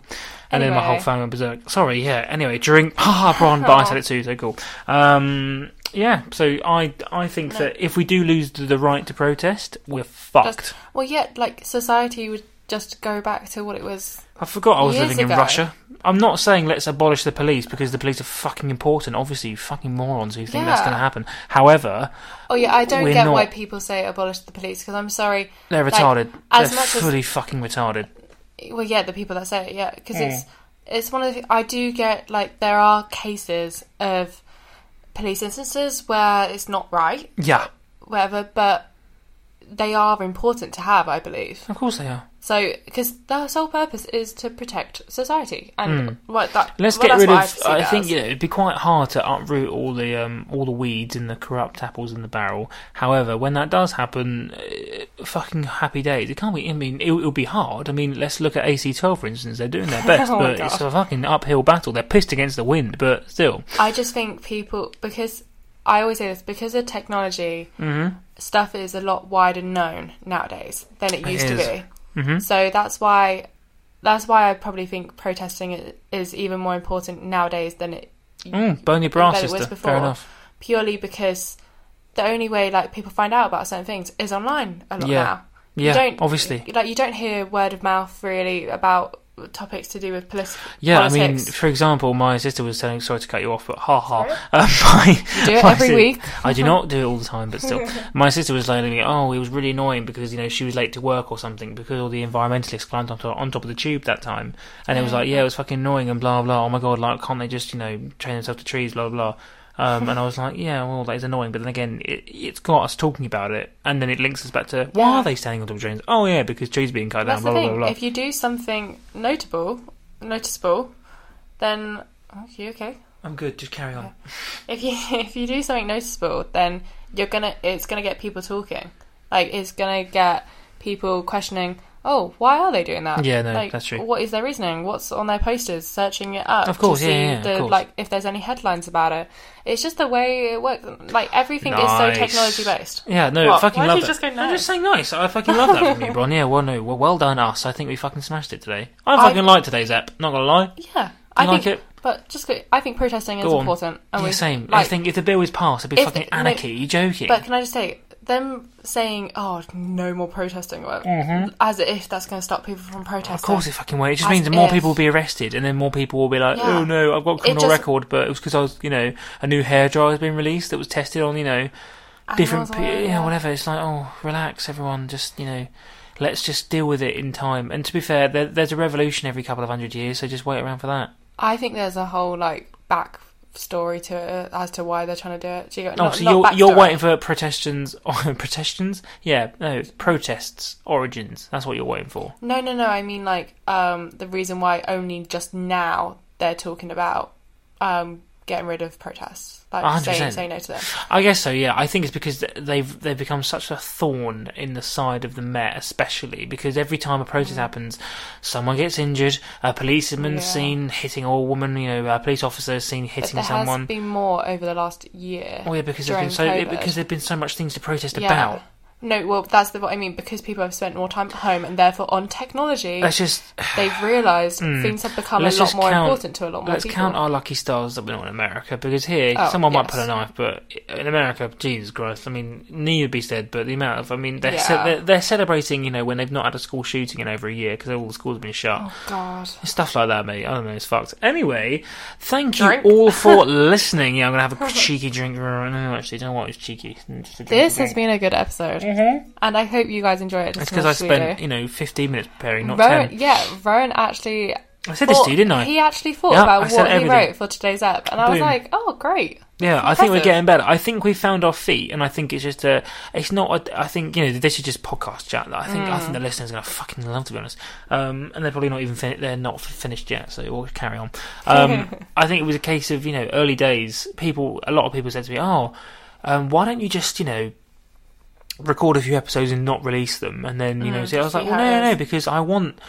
A: And then my
B: Anyway. Oh.
A: whole family went berserk. Sorry, yeah. Anyway, drink. Ha ha, Bron. But I
B: Aw.
A: said it too, so cool. Um, yeah. So I I think
B: No.
A: that if we do lose the, the right to protest, we're fucked.
B: Just- well, yeah, like society would just go back to what it was.
A: I forgot I was
B: Years
A: living in
B: ago.
A: Russia. I'm not saying let's abolish the police because the police are fucking important. Obviously, you fucking morons who think that's
B: Yeah.
A: going to happen. However,
B: Oh yeah, I don't
A: We're
B: get why
A: not-
B: people say abolish the police because I'm sorry.
A: they're
B: Like,
A: retarded.
B: as
A: they're
B: much as-
A: fully fucking retarded.
B: Well, yeah, the people that say it, yeah, because it's it's one of the, I do get like there are cases of police instances where it's not right,
A: Yeah,
B: whatever, but they are important to have, I believe.
A: of course they are.
B: So, because the sole purpose is to protect society, and what that
A: Hmm. Let's get
B: well, that's
A: rid
B: what
A: of.
B: I,
A: I,
B: perceive it
A: think
B: as.
A: you know it'd be quite hard to uproot all the um, all the weeds and the corrupt apples in the barrel. However, when that does happen, uh, fucking happy days. It can't be. I mean, it, it'll be hard. I mean, let's look at AC12 for instance. They're doing their best,
B: Oh my
A: but it's
B: God.
A: a fucking uphill battle. They're pissed against the wind, but still.
B: I just think people because I always say this because of technology,
A: Mm-hmm.
B: stuff is a lot wider known nowadays than it used
A: is. Mm-hmm.
B: to be. So that's why that's why I probably think protesting i- is even more important nowadays than it
A: Mm, Boney Brass
B: than it
A: sister.
B: was
A: Fair
B: before.
A: enough.
B: Purely because the only way like people find out about certain things is online a lot
A: Yeah.
B: now.
A: Yeah,
B: you don't,
A: obviously.
B: Like you don't hear word of mouth really about topics to do with polis-
A: Yeah,
B: politics.
A: I mean, for example, my sister was telling. Sorry to cut you off, but ha ha. Um, my,
B: do it
A: my
B: every
A: sis-
B: week.
A: I do not do it all the time, but still, my sister was telling me, "Oh, it was really annoying because you know she was late to work or something because all the environmentalists climbed onto on top of the tube that time, and it was like, yeah, it was fucking annoying and blah blah. Oh my god, like can't they just you know train themselves to trees, blah blah." Um, and I was like, yeah, well, that is annoying. But then again, it, it's got us talking about it, and then it links us back to why
B: Yeah.
A: are they standing on top of trees? Oh yeah, because trees being cut
B: That's
A: down, blah
B: the
A: blah
B: thing.
A: blah blah.
B: If you do something notable, noticeable, then oh, you okay?
A: I'm good. Just carry on.
B: If you if you do something noticeable, then you're gonna it's gonna get people talking. Like it's gonna get people questioning. Oh, why are they doing that?
A: Yeah, no,
B: like,
A: that's true.
B: What is their reasoning? What's on their posters? Searching it up.
A: Of course,
B: to
A: yeah,
B: see
A: yeah, of
B: the,
A: course.
B: Like if there's any headlines about it. It's just the way it works. Like everything is
A: Nice.
B: so technology based.
A: Yeah, no,
B: What?
A: fucking
B: Why did
A: love
B: you
A: it.
B: just go
A: I'm
B: nice?
A: just saying nice. I fucking love that from you, Bron. Yeah, well, no, well, well done us. I think we fucking smashed it today. I
B: I-
A: fucking like today's app. Not gonna lie.
B: Yeah, I
A: like
B: think.
A: it?
B: But just go- I think protesting is
A: Go on.
B: important. And
A: yeah,
B: we-
A: same. I
B: Oh, like-
A: think if the bill is passed, it'd be
B: If
A: fucking
B: the- no,
A: anarchy. you joking?
B: But can I just say, them saying, "Oh, no more protesting," or whatever, as if that's going to stop people from protesting.
A: Mm-hmm. of course it fucking will. It just
B: As
A: means that more
B: if-
A: people will be arrested, and then more people will be like,
B: Yeah.
A: "Oh no, I've got a criminal
B: just-
A: record," but it was because I was, you know, a new hairdryer has been released that was tested on, you know, different,
B: Animals,
A: pe- yeah,
B: yeah.
A: whatever. It's like, oh, relax, everyone. Just you know, let's just deal with it in time. And to be fair, there, there's a revolution every couple of hundred years, so just wait around for that.
B: I think there's a whole like back story to it as to why they're trying to do it. Do you get?
A: Oh,
B: not,
A: so
B: not
A: you're
B: back
A: you're
B: story.
A: waiting for protestations or protestations? Yeah, no, protests, origins. That's what you're waiting for.
B: No, no, no. I mean like um, the reason why only just now they're talking about um, getting rid of protests, like
A: 100%.
B: saying say no to them.
A: I guess so. Yeah, I think it's because th- they've they've become such a thorn in the side of the Met, especially because every time a protest happens, someone gets injured. A policeman's
B: Mm. Yeah.
A: seen hitting a woman. You know, a police officer is seen
B: But
A: hitting
B: there
A: someone.
B: has been more over the last year.
A: Oh yeah, because there's been
B: during
A: so
B: COVID.
A: because there's been so much things to protest
B: Yeah.
A: about.
B: No, well, that's the, what I mean because people have spent more time at home and therefore on technology.
A: Let's just
B: They've realised things have become a
A: let's
B: lot
A: just
B: more
A: count-
B: important to a lot more
A: let's
B: people.
A: count our lucky stars that we're not in America because here
B: Oh,
A: someone might
B: yes.
A: put a knife, but in America, Jesus Christ! I mean, need be said, but the amount of I mean, they're, ce-
B: Yeah.
A: they're, they're celebrating, you know, when they've not had a school shooting in over a year because all the schools have been shut.
B: oh God.
A: Stuff like that, mate. I don't know. It's fucked. Anyway, thank you
B: Drink.
A: all for listening. Yeah, I'm gonna have a cheeky drink. No, actually, do you know what? It's cheeky. Just a drink.
B: This has been a good episode,
A: Mhm.
B: and I hope you guys enjoy it. just
A: It's
B: as
A: because I
B: much as we
A: spent,
B: do.
A: you know, 15 minutes preparing, not
B: Rowan,
A: 10.
B: yeah, Rowan actually.
A: I said this to you, didn't I?
B: He actually thought
A: Yeah, I
B: about
A: said
B: what he
A: everything.
B: wrote for today's app, and I was
A: Boom.
B: like, "Oh, great!
A: Yeah, I think we're
B: impressive.
A: getting better. I think we found our feet, and I think it's just a. It's not. A, I think you know this is just podcast chat. That I think
B: Mm.
A: I think the listeners are gonna fucking love to be honest. Um, and they're probably not even fin- they're not finished yet, so we'll carry on. Um, I think it was a case of you know early days. People, a lot of people said to me, "Oh, um, why don't you just you know." Record a few episodes and not release them, and then you know.
B: Mm,
A: See, I was
B: see
A: like,
B: how
A: well, no,
B: it
A: no, no,
B: is.
A: because I want,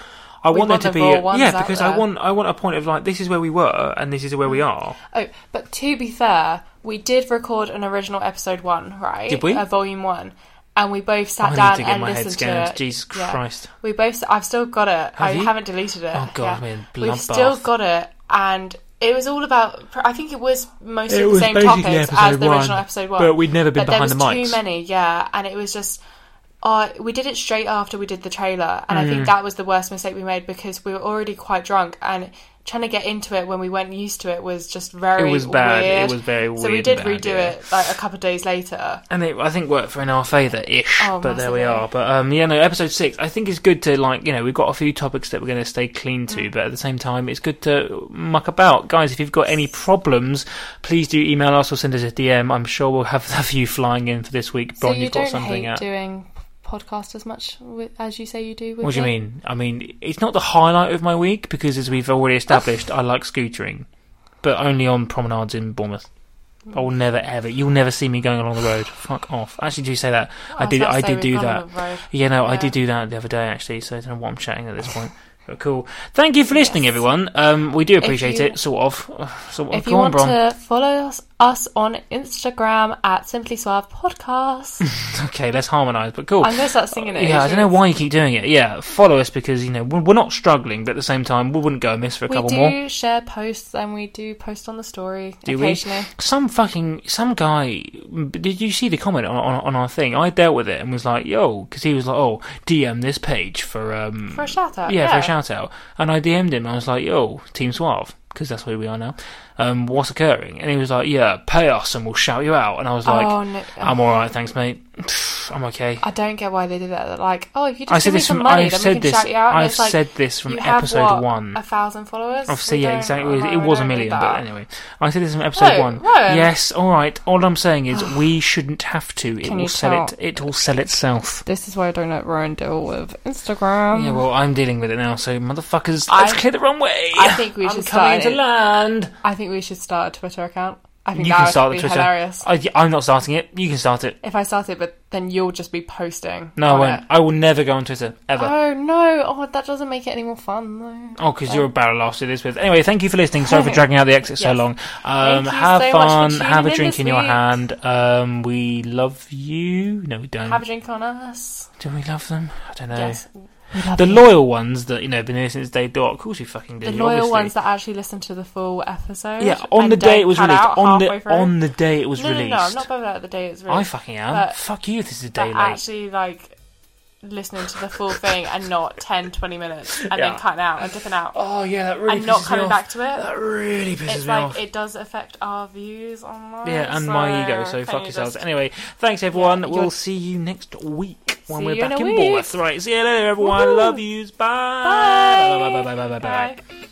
A: I
B: We
A: want,
B: want
A: there to
B: the
A: be,
B: raw
A: a-
B: ones
A: yeah,
B: out
A: because I
B: there.
A: want, I want a point of like, this is where we were, and this is where we are.
B: Oh, but to be fair, we did record an original episode one, right?
A: Did we?
B: Uh, volume one, and we both sat
A: Oh, I
B: down
A: need to get
B: and
A: my head
B: listened
A: scanned.
B: to it.
A: Jesus
B: Yeah.
A: Christ.
B: We both. I've still got it. I
A: you?
B: haven't deleted it.
A: Oh, God, I mean, bloodbath.
B: we've still got it, and it was all about. I think it was mostly
A: It
B: the
A: was
B: same
A: basically
B: topics
A: episode
B: as the
A: one,
B: original episode one,
A: but we'd never been
B: But there
A: behind
B: was
A: the mics.
B: Too many, yeah, and it was just. Uh, we did it straight after we did the trailer, and I
A: Mm.
B: think that was the worst mistake we made because we were already quite drunk and. Trying to get into it when we weren't used to it was just very
A: It was bad. It
B: weird.
A: was very
B: So we
A: weird
B: did
A: and bad,
B: redo
A: yeah.
B: it like a couple of days later.
A: And it, I think worked for in our favour ish,
B: Oh,
A: but there
B: massively.
A: we are. But um, yeah, no, episode six. I think it's good to like, you know, we've got a few topics that we're going to stay clean
B: Mm.
A: to, but at the same time, it's good to muck about, guys. If you've got any problems, please do email us or send us a DM. I'm sure we'll have a few flying in for this week. Bron,
B: so you
A: have
B: don't
A: got something
B: hate
A: out.
B: doing podcast as much with, as you say you do. With
A: What do you
B: it?
A: mean? I mean, it's not the highlight of my week because, as we've already established, I like scootering, but only on promenades in Bournemouth. I will never ever. You'll never see me going along the road. Fuck off. Actually, do you say that? I
B: Oh,
A: did.
B: that's
A: I
B: so
A: did do
B: we've gone
A: that.
B: on the road.
A: Yeah, no, I
B: Yeah.
A: did do that the other day actually. So I don't know what I'm chatting at this point. But cool. Thank you for listening, everyone. Um, we do appreciate
B: you-
A: it, sort of. Sort of.
B: If
A: Go
B: you
A: on,
B: want
A: Bron.
B: to follow us, us on Instagram at Simply Suave Podcast,
A: Okay, let's harmonise. But cool.
B: I'm going to start singing it.
A: yeah, I don't know why you keep doing it. Yeah, follow us because you know we're we're not struggling, but at the same time we wouldn't go amiss for a
B: We
A: couple
B: do
A: more.
B: share posts and we do post on the story
A: Do we?
B: occasionally.
A: Some fucking some guy. Did you see the comment on, on, on our thing? I dealt with it and was like, "Yo," because he was like, "Oh, DM this page for um
B: For a shout out.
A: yeah, for a shout out." And I DM'd him. I was like, "Yo, Team Suave," because that's where we are now. Um, what's occurring? And he was like, "Yeah, pay us and we'll shout you out." And I was like, um,
B: oh, no.
A: "I'm all right, thanks, mate. I'm okay."
B: I don't get why they did that. They're like, oh, if you just
A: I
B: give
A: said
B: me
A: this
B: some
A: from
B: money,
A: I've
B: then we
A: said
B: can
A: this
B: shout you out. And
A: I've
B: it's like,
A: said this from
B: you have,
A: episode
B: what,
A: one.
B: a thousand followers.
A: I've said
B: We
A: yeah,
B: don't-
A: exactly.
B: oh,
A: It
B: no, we
A: was a
B: don't need
A: million,
B: that.
A: but anyway, I said this in episode
B: No,
A: one.
B: Ryan.
A: Yes, all right. All I'm saying is we shouldn't have to. It
B: Can
A: will
B: you
A: sell
B: tell?
A: it. It will sell itself.
B: This is why I don't let Rowan deal with Instagram.
A: Yeah, well, I'm dealing with it now, so motherfuckers,
B: I-
A: let's clear the runway.
B: I think we
A: I'm
B: should
A: coming
B: start
A: to
B: it.
A: land.
B: I think we should start a Twitter account. I think
A: You
B: that
A: can
B: would
A: start
B: be
A: the Twitter.
B: hilarious.
A: I, I'm not starting it. You can start it.
B: If I start it, but then you'll just be posting.
A: No, I
B: on
A: won't.
B: it.
A: I will never go on Twitter ever.
B: Oh no! Oh, that doesn't make it any more fun though.
A: Oh, because you're a barrel ass to this with. Anyway, thank you for listening. Sorry for dragging out the exit so
B: Yes.
A: long. Um,
B: Thank you
A: have
B: so much for
A: fun.
B: tuning
A: Have a
B: in
A: drink
B: this
A: in your
B: week.
A: hand. Um, we love you. No, we don't.
B: Have a drink on us.
A: Do we love them? I don't know.
B: Yes, we love
A: The
B: you.
A: loyal ones that you know have been here since day dot. Of course, you fucking do.
B: the loyal
A: obviously.
B: ones that actually listen to the full episode.
A: yeah, on
B: and
A: the day it
B: don't
A: was
B: cut
A: released.
B: out
A: On
B: halfway
A: the
B: through.
A: on the day it was
B: no, no,
A: released.
B: no, I'm not bothered about the day it was
A: I
B: released.
A: fucking am.
B: But-
A: Fuck you. This is a
B: but
A: day late.
B: actually, like listening to the full thing and not 10, 20 minutes and
A: Yeah.
B: then cutting out and dipping out
A: oh yeah, that really.
B: and not
A: pisses me
B: coming
A: off.
B: back to it.
A: That really pisses
B: it's
A: me
B: like
A: off.
B: it does affect our views online.
A: yeah, and
B: so
A: my ego. So
B: can
A: fuck
B: you
A: yourselves.
B: just-
A: Anyway, thanks everyone.
B: you're-
A: we'll see you next week when
B: See
A: we're
B: you in
A: back
B: a
A: in
B: week.
A: Bournemouth. Right. See you later, everyone.
B: Woohoo.
A: Love yous. Bye. Bye. Bye. Bye. Bye. Bye. bye.
B: Bye.